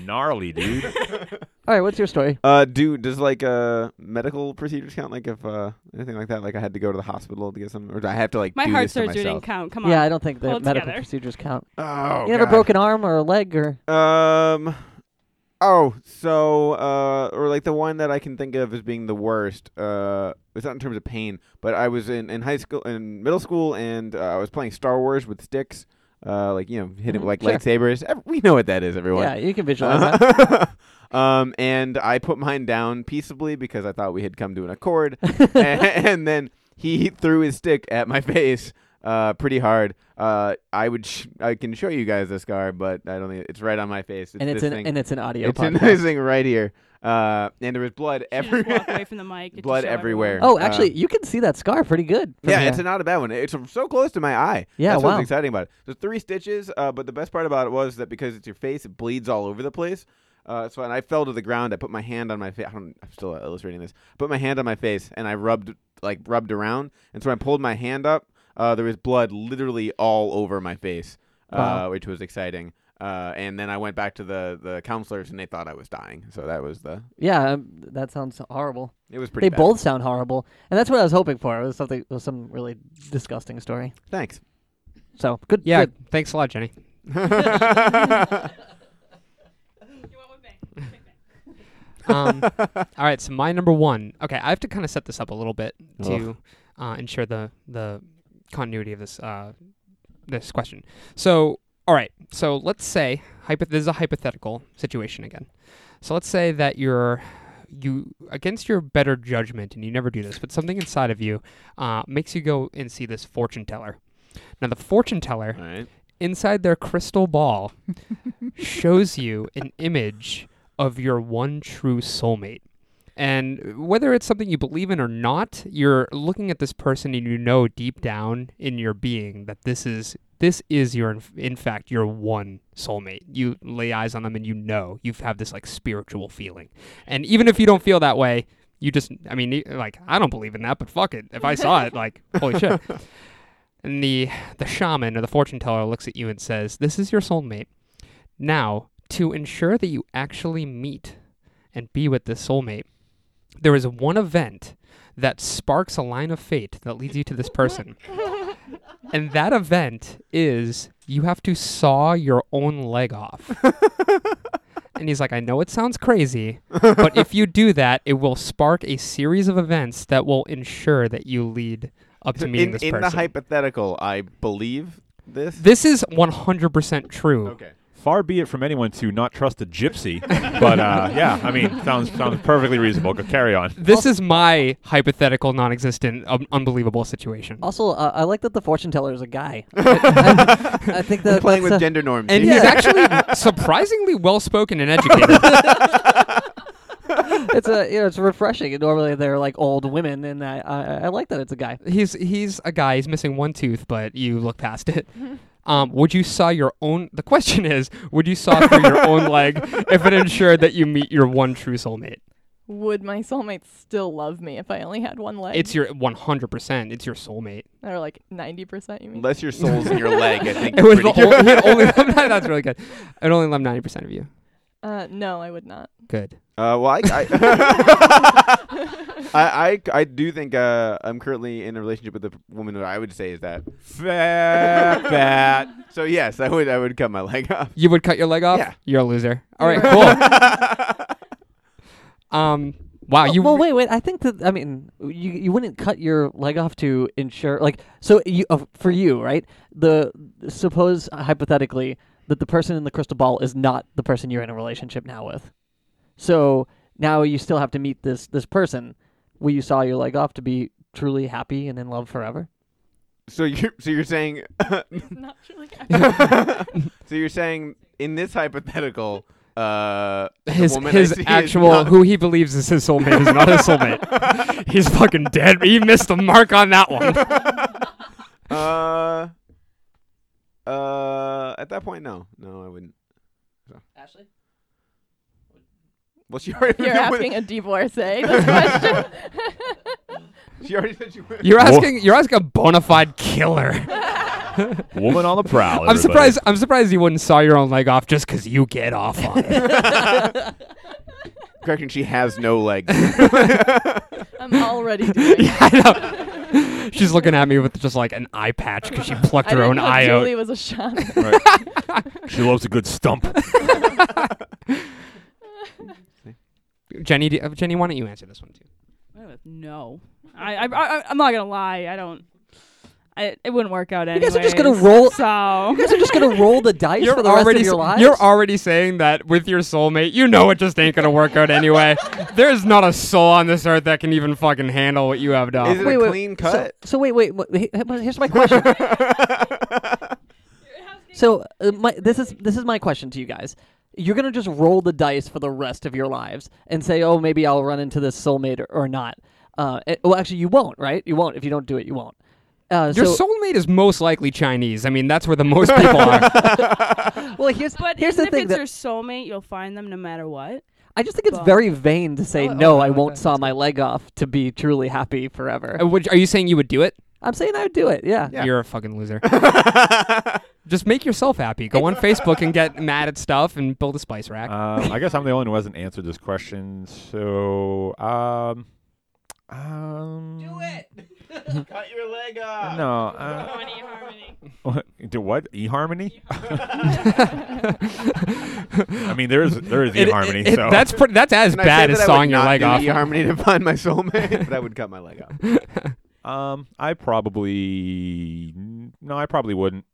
Gnarly, dude.
All right, what's your story?
Uh, do does like uh medical procedures count? Like if uh anything like that? Like I had to go to the hospital to get something, or do I have to like
My
do
heart
this to
surgery didn't
myself?
count. Come on.
Yeah, I don't think the
Hold
medical
together.
Oh, procedures count.
Oh,
you never
God.
broke an arm or a leg or
Um, Oh, so uh, or like the one that I can think of as being the worst. Uh, it's not in terms of pain, but I was in, in high school, in middle school, and uh, I was playing Star Wars with sticks, uh, like you know, hitting
Mhm,
Mm-hmm.
like
sure.
lightsabers. Ev- We know what that is, everyone.
Yeah, you can visualize
Uh-huh.
that.
um, and I put mine down peaceably because I thought we had come to an accord. A- and then he threw his stick at my face uh, pretty hard. Uh, I would sh- I can show you guys the scar, but I don't think it's right on my face. It's
and it's
this
an
thing.
and it's an audio
it's in
podcast.
this thing right here. Uh, and there was blood
Every- just walk away
everywhere.
from the mic. It
blood
just show
everywhere.
everyone.
Oh,
Uh,
actually, you can see that scar pretty good. from
yeah,
here.
it's not a bad one. It's so close to my eye.
Yeah,
That's
wow.
what's exciting about it. There's three stitches, uh, but the best part about it was that because it's your face, it bleeds all over the place. Uh, so and I fell to the ground. I put my hand on my face. I'm still uh, illustrating this. Put my hand on my face, and I rubbed like rubbed around. And so when I pulled my hand up, uh, there was blood literally all over my face, uh,
Wow.
which was exciting. Uh, and then I went back to the the counselors, and they thought I was dying. So that was the.
yeah, um, that sounds horrible.
It was pretty.
they
bad.
both sound horrible, and that's what I was hoping for. It was something, it was some really disgusting story.
Thanks.
So good.
Yeah,
good.
thanks a lot, Jenny.
You went with me.
Um, all right, so my number one. Okay, I have to kind of set this up a little bit to uh, ensure the the continuity of this uh, this question. So, all right, so let's say hypo- this is a hypothetical situation again. So let's say that you're you against your better judgment, and you never do this, but something inside of you uh, makes you go and see this fortune teller. Now, the fortune teller
All right.
inside their crystal ball shows you an image of your one true soulmate. And whether it's something you believe in or not, you're looking at this person and you know deep down in your being that this is this is your in- in fact your one soulmate. You lay eyes on them and you know you have this like spiritual feeling. And even if you don't feel that way, you just I mean e- like I don't believe in that, but fuck it. If I saw it, like holy shit. And the the shaman or the fortune teller looks at you and says, "This is your soulmate." Now, to ensure that you actually meet and be with this soulmate, there is one event that sparks a line of fate that leads you to this person. and that event is you have to saw your own leg off. and he's like, I know it sounds crazy, but if you do that, it will spark a series of events that will ensure that you lead up to
So
meeting
in,
this
in
person.
the hypothetical, I believe this.
This is 100% true.
okay.
Far be it from anyone to not trust a gypsy, but uh, yeah, I mean, sounds sounds perfectly reasonable. Go carry on.
This is my hypothetical, non existent, um, unbelievable situation.
Oh,
Also, uh, I like that the fortune teller is a guy. I, I- I think that
We're playing with
that's, uh,
gender norms.
And
here.
he's actually surprisingly well spoken and educated.
it's a you know it's refreshing. And normally they're like old women, and I, I I like that it's a guy.
he's he's a guy. He's missing one tooth, but you look past it. Um, would you saw your own? The question is, would you saw through your own leg if it ensured that you meet your one true soulmate?
Would my soulmate still love me if I only had one leg?
It's your 100%. It's your soulmate.
or like ninety percent. You mean?
Unless your soul's in your leg, I think.
It
you're
was the
pretty
only, he'd only that's really good. I'd only love 90% of you.
Uh, no, I would not.
Good.
Uh, well, I, I, I, I, I do think uh, I'm currently in a relationship with a p- woman who I would say is that.
Fuck that.
So yes, I would I would cut my leg off.
You would cut your leg off?
Yeah.
You're a loser. All right,
You're a
cool. Um, wow,
well,
you
well, wait, wait. I think that I mean you you wouldn't cut your leg off to insure like so you uh, for you right the suppose hypothetically that the person in the crystal ball is not the person you're in a relationship now with, so now you still have to meet this this person. Will you saw your leg off to be truly happy and in love forever?
So you're so you're saying
not truly.
so you're saying in this hypothetical, uh, the
his
woman I
his
see is
actual
not-
who he believes is his soulmate is not his soulmate. He's fucking dead. He missed the mark on that one.
uh, uh, at that point, no, no, I wouldn't.
Ashley,
Well, she already
You're asking a divorcee this question.
She already said she would.
You're asking you're asking a bona fide killer.
Woman on the prowl.
I'm surprised I'm surprised you wouldn't saw your own leg off just cuz you get off on it.
Correction, she has no legs.
I'm already doing.
yeah, I know. She's looking at me with just like an eye patch cuz she plucked her
I didn't
own
know
eye out.
Julie was a shaman.
She loves a good stump.
Jenny, do, uh, Jenny, why don't you answer this one too?
No, I, I, I I'm not gonna lie. I don't. I, it wouldn't work out
You
anyway.
guys are just gonna roll-
So
You guys are just gonna roll the dice for the rest of your
s-
lives.
you're already saying that with your soulmate. You know it just ain't gonna work out anyway. There's not a soul on this earth that can even fucking handle what you have
Is
done.
it
Wait,
a
wait,
clean
So-
cut?
So, wait, wait. wh- he- he- Here's my question. so uh, my, this is this is my question to you guys. You're gonna just roll the dice for the rest of your lives and say, "Oh, maybe I'll run into this soulmate or, or not." Uh, eh, well, actually, you won't, right? You won't if you don't do it. You won't. Uh,
Your
so,
soulmate is most likely Chinese. I mean, that's where the most people are.
well, here's
But
here's
even
the
if
thing
it's
that
your soulmate, you'll find them no matter what.
I just think it's
bum.
very vain to say
Oh,
no.
oh,
I
okay,
won't saw
that's
my leg off to be truly happy forever.
Uh, Which, are you saying you would do it?
I'm saying I would do it. Yeah.
Yeah.
You're a fucking loser. Just make yourself happy. Go on Facebook and get mad at stuff and build a spice rack.
Uh.
Um, I guess I'm the only one who hasn't answered this question. So, um, um, do it.
Cut your leg off.
No. Uh, what- do what? eHarmony? I mean, there is there is
It- it-
eHarmony.
it-
so
That's pretty, that's as
And I
bad
said
as
that I would
sawing your
not
leg
do
off.
Harmony to find my soulmate, but I would cut my leg off.
um, I probably no, I probably wouldn't.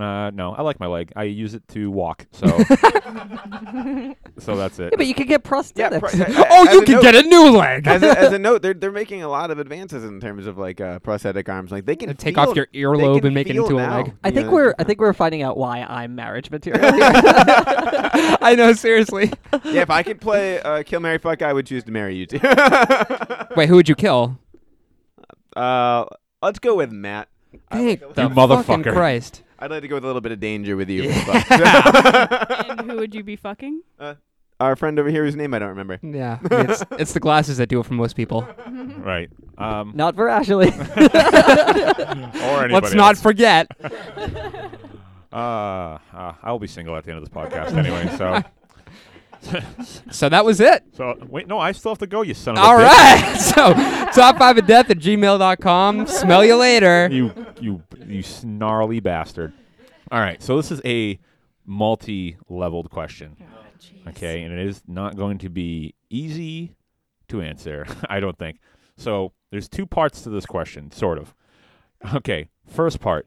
Uh, no, I like my leg. I use it to walk. So, so that's it.
Yeah, but you could get prosthetics.
Oh, you could get a new leg.
As a, as a note, they're they're making a lot of advances in terms of like uh, prosthetic arms. Like they can
Take
feel-
off your
they
earlobe
can
and make it
feel
into a
now,
leg.
I
you
think
know?
we're I think we're finding out why I'm marriage material. here.
I know, seriously.
yeah. If I could play uh, Kill Mary Fuck, I would choose to marry you too.
Wait, who would you kill?
uh, let's go with Matt. I like
Thank the
the-
You motherfucker.
fucking Christ.
I'd like to go with a little bit of danger with you.
and who would you be fucking?
Our friend over here, whose name I don't remember.
Yeah, I mean, it's, it's the glasses that do it for most people.
right. Um,
Not for Ashley.
or anybody
Let's not
else.
forget.
uh, uh, I'll be single at the end of this podcast anyway. So,
So that was it.
so wait, no, I still have to go. You son of
All
a bitch.
right. So top five of death at gmail.com. Smell you later.
you you you snarly bastard. All right, so this is a multi-leveled question. okay, and it is not going to be easy to answer, I don't think. So, there's two parts to this question, sort of. Okay, first part.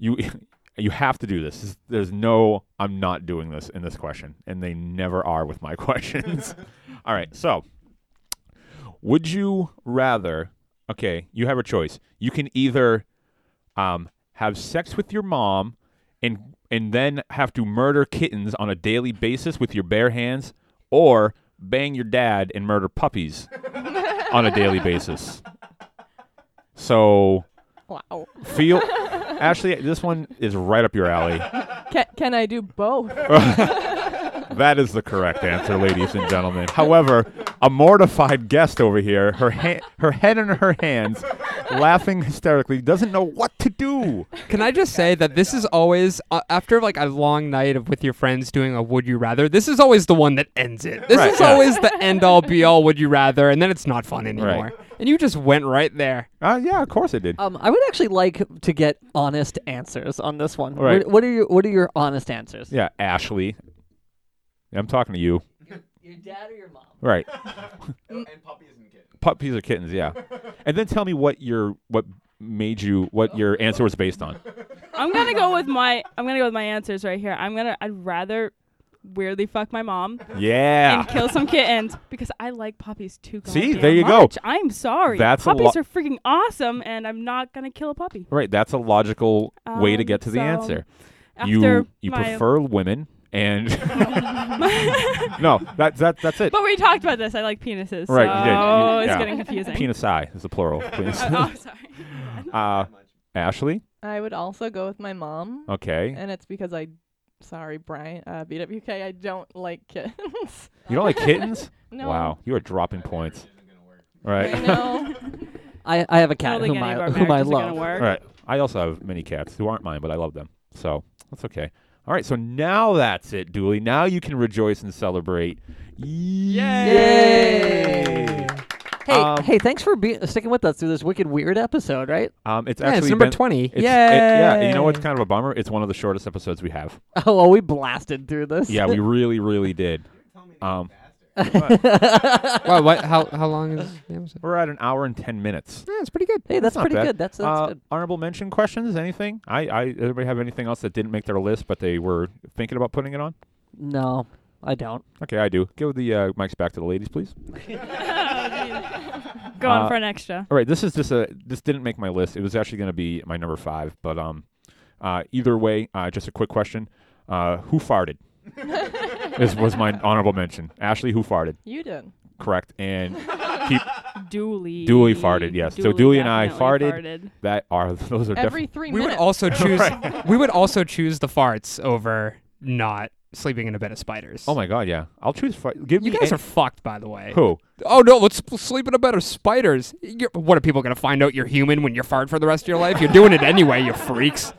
You you have to do this. There's no I'm not doing this in this question, and they never are with my questions. All right, so would you rather okay you have a choice you can either um, have sex with your mom and and then have to murder kittens on a daily basis with your bare hands or bang your dad and murder puppies on a daily basis so
Wow.
feel ashley this one is right up your alley
Can, can I do both?
That is the correct answer, ladies and gentlemen. However, a mortified guest over here, her ha- her head in her hands, laughing hysterically, doesn't know what to do.
Can I just say that this is always uh, after like a long night of with your friends doing a would you rather. This is always the one that ends it. This
Right,
is
yeah.
always the end all be all would you rather, and then it's not fun anymore.
Right.
And you just went right there.
Uh, yeah, of course I did.
um, I would actually like to get honest answers on this one.
Right.
What, what are your What are your honest answers?
Yeah, Ashley. I'm talking to you.
Your dad or your mom?
Right.
And puppies and kittens.
Puppies or kittens, yeah. And then tell me what your what made you what your answer was based on.
I'm gonna go with my I'm gonna go with my answers right here. I'm gonna I'd rather weirdly fuck my mom
Yeah.
and kill some kittens because I like puppies too.
See,
goddamn
there you go.
much. I'm sorry.
That's a
puppies
lo-
are freaking awesome, and I'm not gonna kill a puppy.
Right, that's a logical way to
Um,
get to the
so
answer.
After
You you
my,
prefer women and No, that, that that's it.
But we talked about this. I like penises.
Right,
So
you did. You-
it's
yeah.
getting confusing.
Penis eye is the plural, please.
oh, sorry.
uh, Ashley,
I would also go with my mom,
Oh, okay.
and it's because I, sorry, Brian, uh, BWK, I don't like kittens.
You don't like kittens?
no.
Wow, you are dropping points.
I
Right.
know.
I, I have a
I don't
cat
think
whom
any of
I
our
whom I
marriages are gonna
love.
work.
Right. I also have many cats who aren't mine, but I love them. So that's okay. All right. So now that's it, Dooley. Now you can rejoice and celebrate. Yay!
Yay! Hey,
Um,
hey, thanks for be- sticking with us through this wicked weird episode, right?
Um, it's
Yeah,
actually
it's number
been-
twenty.
It's, it- yeah.
yeah.
and You know what's kind of a bummer? It's one of the shortest episodes we have.
Oh, well, we blasted through this.
Yeah, we really, really did. Um,
Wow, what? How how long is the episode?
we're at an hour and ten minutes.
Yeah, it's pretty good.
Hey, that's,
not
pretty
bad.
good. That's, that's
Uh,
good.
Honorable mention questions? Anything? I, I everybody have anything else that didn't make their list but they were thinking about putting it on?
No, I don't.
Okay, I do. Give the uh, mics back to the ladies, please.
Go on
Uh,
for an extra.
All right, this is just a this didn't make my list. It was actually going to be my number five, but um, uh, either way, uh, just a quick question: uh, Who farted? this was my honorable mention. Ashley, who farted?
You did.
Correct, and
Dooley.
Dooley farted, yes. So Dooley and I
definitely
farted. that are those are
Every three
We would
minutes.
also choose we would also choose the farts over not sleeping in a bed of spiders.
Oh my god, yeah. I'll choose. Far- give
You
me
guys
any-
are fucked, by the way.
who?
Oh no, let's sp- sleep in a bed of spiders. You're, what are people gonna find out you're human when you're fart for the rest of your life? You're doing it anyway, you freaks.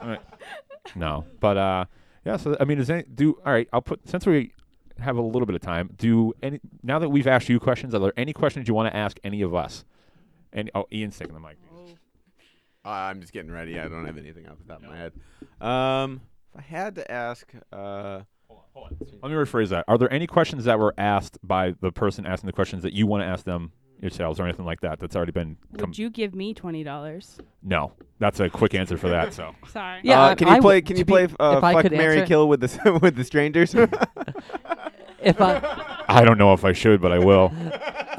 No, but uh, yeah. So I mean, is any do all right? I'll put since we have a little bit of time. Do any now that we've asked you questions? Are there any questions you want to ask any of us? And oh, Ian's taking the mic.
Uh, I'm just getting ready. I don't have anything off the top of my head. Um, if I had to ask, uh,
Let me rephrase that. Are there any questions that were asked by the person asking the questions that you want to ask them yourselves or anything like that? That's already been. Com-
Would you give me twenty dollars?
no, that's a quick answer for that. So
Sorry.
Yeah,
uh,
I-
can
I
you
would-
play? Can
to
you
be-
play? Uh,
if I
fuck,
could
Mary,
answer-
kill with the with the strangers.
If I
I don't know if I should, but I will.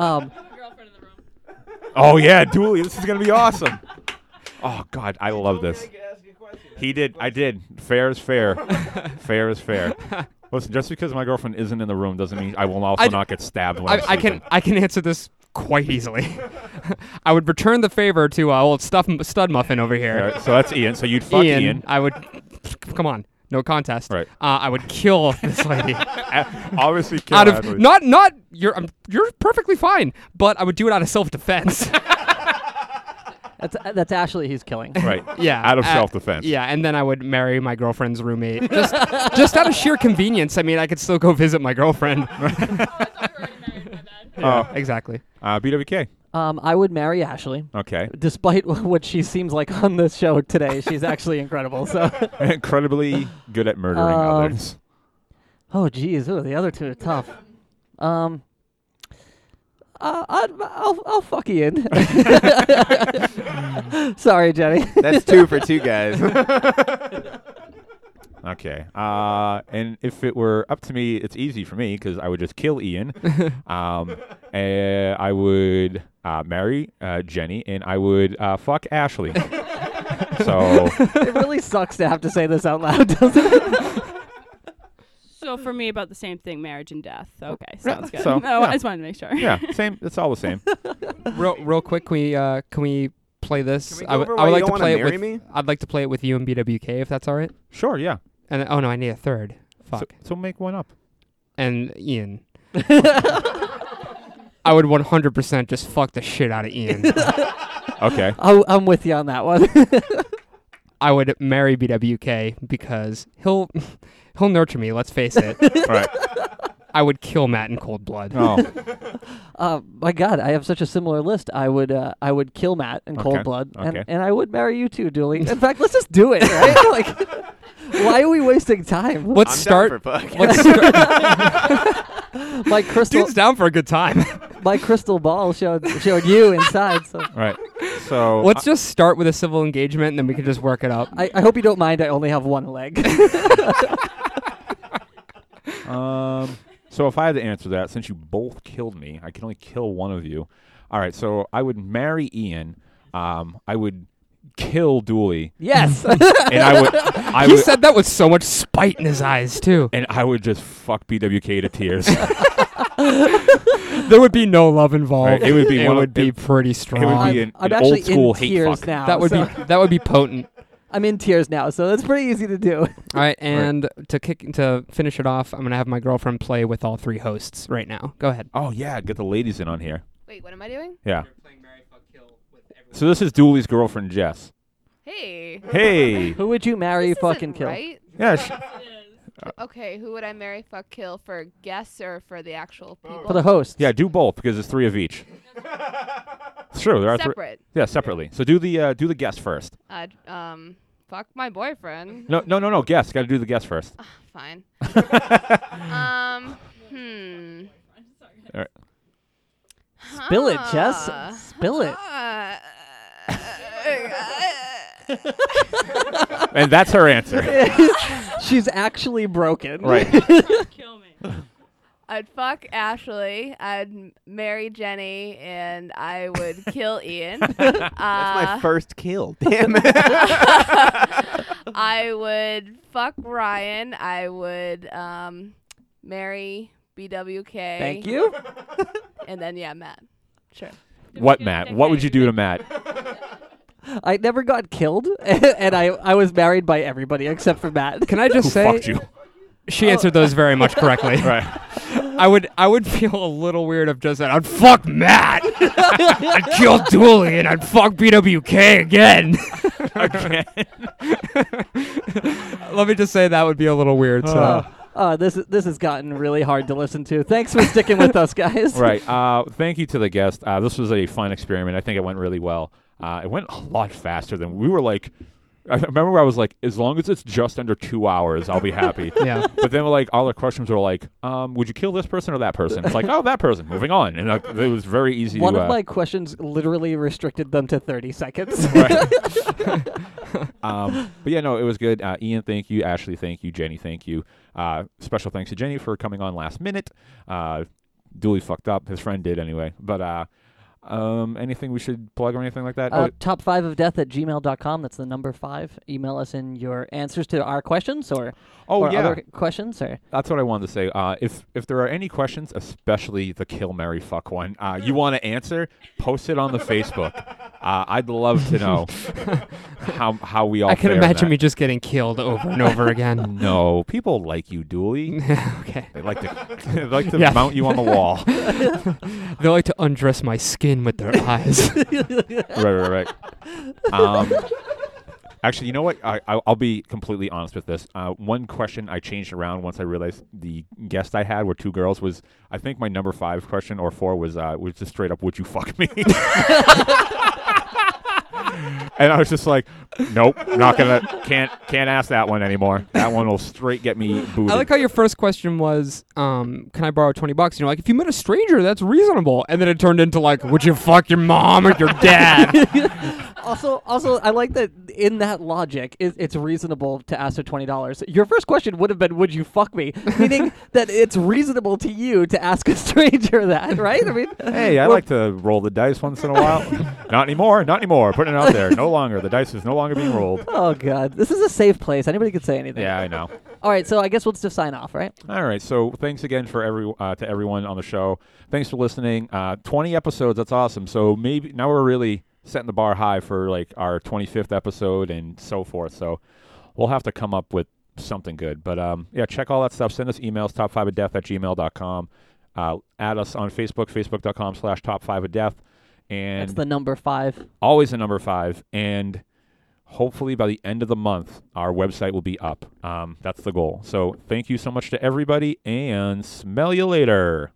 um
Oh yeah, Dooley, this is gonna be awesome. Oh God, I love this. He did. I did. Fair is fair. fair is fair. Listen, just because my girlfriend isn't in the room doesn't mean I will also
I d-
not get stabbed when I'm
I, I can
sleeping.
I can answer this quite easily. I would return the favor to uh, old stuff stud muffin over
All
here.
right, so that's Ian. So you'd fuck Ian.
I would come on, no contest.
Right.
Uh, I would kill this lady
A- Obviously, kill
out of
Adley.
not not you're um, you're perfectly fine, but I would do it out of self defense.
that's that's Ashley he's killing.
right.
yeah,
Out of
uh,
self-defense.
Yeah, and then I would marry my girlfriend's roommate just just out of sheer convenience. I mean, I could still go visit my girlfriend.
Oh.
exactly.
Uh, BWK.
Um I would marry Ashley.
Okay.
Despite what she seems like on this show today, she's actually incredible. So
Incredibly good at murdering
Um,
others.
Oh, geez. Ooh, the other two are tough. Um, uh, I'd, I'll, I'll fuck you in. Sorry, Jenny.
That's two for two guys.
Okay. Uh, and if it were up to me, it's easy for me because I would just kill Ian. um, eh, I would uh, marry uh, Jenny, and I would uh, fuck Ashley. so
it really sucks to have to say this out loud, doesn't it?
Uh.
So for me, about the same thing: marriage and death. Okay, sounds good.
so,
no,
yeah.
I just wanted to make sure.
yeah, same. It's all the same.
Real real quick, can we uh, can we play this?
Can we
I
go
would
over
I would
why you
like
don't
to
wanna
play it
marry
with
me?
I'd like to play it with you and BWK if that's all right.
Sure. Yeah.
And oh no, I need a third. Fuck.
So, so make one up.
and Ian. I would 100% just fuck the shit out of Ian.
Okay.
Oh, I'm with you on that one.
I would marry BWK because he'll he'll nurture me, let's face it.
all right.
I would kill Matt in cold blood.
Oh,
uh, my God, I have such a similar list. I would, uh, I would kill Matt in
Okay,
cold blood,
okay.
and, and I would marry you too, Dooley. In fact, let's just do it, right? like, why are we wasting time?
Let's
I'm down
start
for fuck.
Let's start
My crystal,
Dude's down for a good time.
my crystal ball showed showed you inside. So.
all right. So
Let's just start with a civil engagement and then we can just work it up.
I, I hope you don't mind. I only have one leg.
Um, so if I had to answer that, since you both killed me, I can only kill one of you. All right, so I would marry Ian. Um, I would kill Dooley,
yes.
and I would, I
he
would,
said that with so much spite in his eyes, too.
and I would just fuck BWK to tears. it
There would be no love involved.
Right, it would be
it
one of-
would be
it-
pretty strong.
would be
I'm,
an,
I'm
an
actually
old school
in
hate
tears
fuck.
now.
that would
so-
be that would be potent.
I'm in tears now, so that's pretty easy to do.
All right, and to kick to finish it off, I'm gonna have my girlfriend play with all three hosts right now. Go ahead.
Oh yeah, get the ladies in on here.
Wait, what am I doing?
Yeah. So this is Dooley's girlfriend Jess.
Hey.
Hey.
Who would you marry,
This
fucking
isn't
kill?
Right?
Yeah. Sh-
Okay, who would I marry, fuck, kill for guests or for the actual people?
For the host.
yeah. Do both because it's three of each. Sure, there are three.
Separate.
Yeah, separately. So do the uh, do the guest first.
I'd, um, fuck my boyfriend.
No, no, no, no. Guest. Got to do the guest first.
Fine. um, hmm.
Spill it, Jess.
Huh.
Spill it.
Huh.
and that's her answer.
She's actually broken.
right.
Kill me.
I'd fuck Ashley. I'd m- marry Jenny, and I would kill Ian. Uh,
That's my first kill. Damn it.
I would fuck Ryan. I would um, marry BWK.
Thank you.
And then yeah, Matt. Sure.
What, Matt? What would you do to Matt?
I never got killed, and I, I was married by everybody except for Matt.
Can I just
Who
say
fucked you?
she answered those very much correctly.
Oh. Right.
I would I would feel a little weird of just that. I'd fuck Matt. I'd kill Dooley and I'd fuck BWK again. Let me just say that would be a little weird. So
Uh,
Ah.
uh, this this has gotten really hard to listen to. Thanks for sticking with us, guys.
right. Uh, thank you to the guest. Uh, this was a fun experiment. I think it went really well. Uh, it went a lot faster than we were like. I remember I was like, as long as it's just under two hours, I'll be happy.
yeah.
But then, like, all the questions were like, um, would you kill this person or that person? It's like, oh, that person. Moving on. And uh, it was very easy
One
to.
of
uh,
my questions literally restricted them to 30 seconds. Uh,
um, but yeah, no, it was good. Uh, Ian, thank you. Ashley, thank you. Jenny, thank you. Uh, special thanks to Jenny for coming on last minute. Uh, Dooley fucked up. His friend did anyway. But uh, um, anything we should plug or anything like that?
Uh,
Oh,
top five of death at gmail.com. That's the number five. Email us in your answers to our questions or,
oh,
or
yeah.
other questions. Or
That's what I wanted to say. Uh, if if there are any questions, especially the kill Mary fuck one, uh, you want to answer, post it on the Facebook. Uh, I'd love to know how how we all.
I can
fare in
imagine
that.
me just getting killed over and over again.
No, people like you, Dooley.
okay.
They like to they like to
Yeah.
mount you on the wall.
They like to undress my skin with their eyes.
right, right, right. Um, actually, you know what? I, I, I'll be completely honest with this. Uh, one question I changed around once I realized the guest I had were two girls was I think my number five question or four was uh, was just straight up, would you fuck me? and I was just like, nope, not gonna, can't, can't ask that one anymore. That one will straight get me booted.
I like how your first question was, um, "Can I borrow twenty bucks?" You know, like if you met a stranger, that's reasonable. And then it turned into like, "Would you fuck your mom or your dad?"
also, also, I like that in that logic, it, it's reasonable to ask for $20. Your first question would have been, Would you fuck me? Meaning that it's reasonable to you to ask a stranger that, right? I mean,
Hey, I
we're-
like to roll the dice once in a while. not anymore. Not anymore. Putting it out there. No longer. The dice is no longer being rolled.
Oh, God. This is a safe place. Anybody could say anything.
Yeah, I know.
All right, so I guess we'll just sign off, right?
All right. So thanks again for every uh, to everyone on the show. Thanks for listening. Uh, Twenty episodes. That's awesome. So maybe now we're really setting the bar high for like our twenty fifth episode and so forth. So we'll have to come up with something good. But um, yeah, check all that stuff. Send us emails. Top five of death at gmail.com. Uh, add us on Facebook. Facebook.com slash top five of death. And
That's the number five.
always a number five. And hopefully by the end of the month, our website will be up. Um, that's the goal. So thank you so much to everybody and smell you later.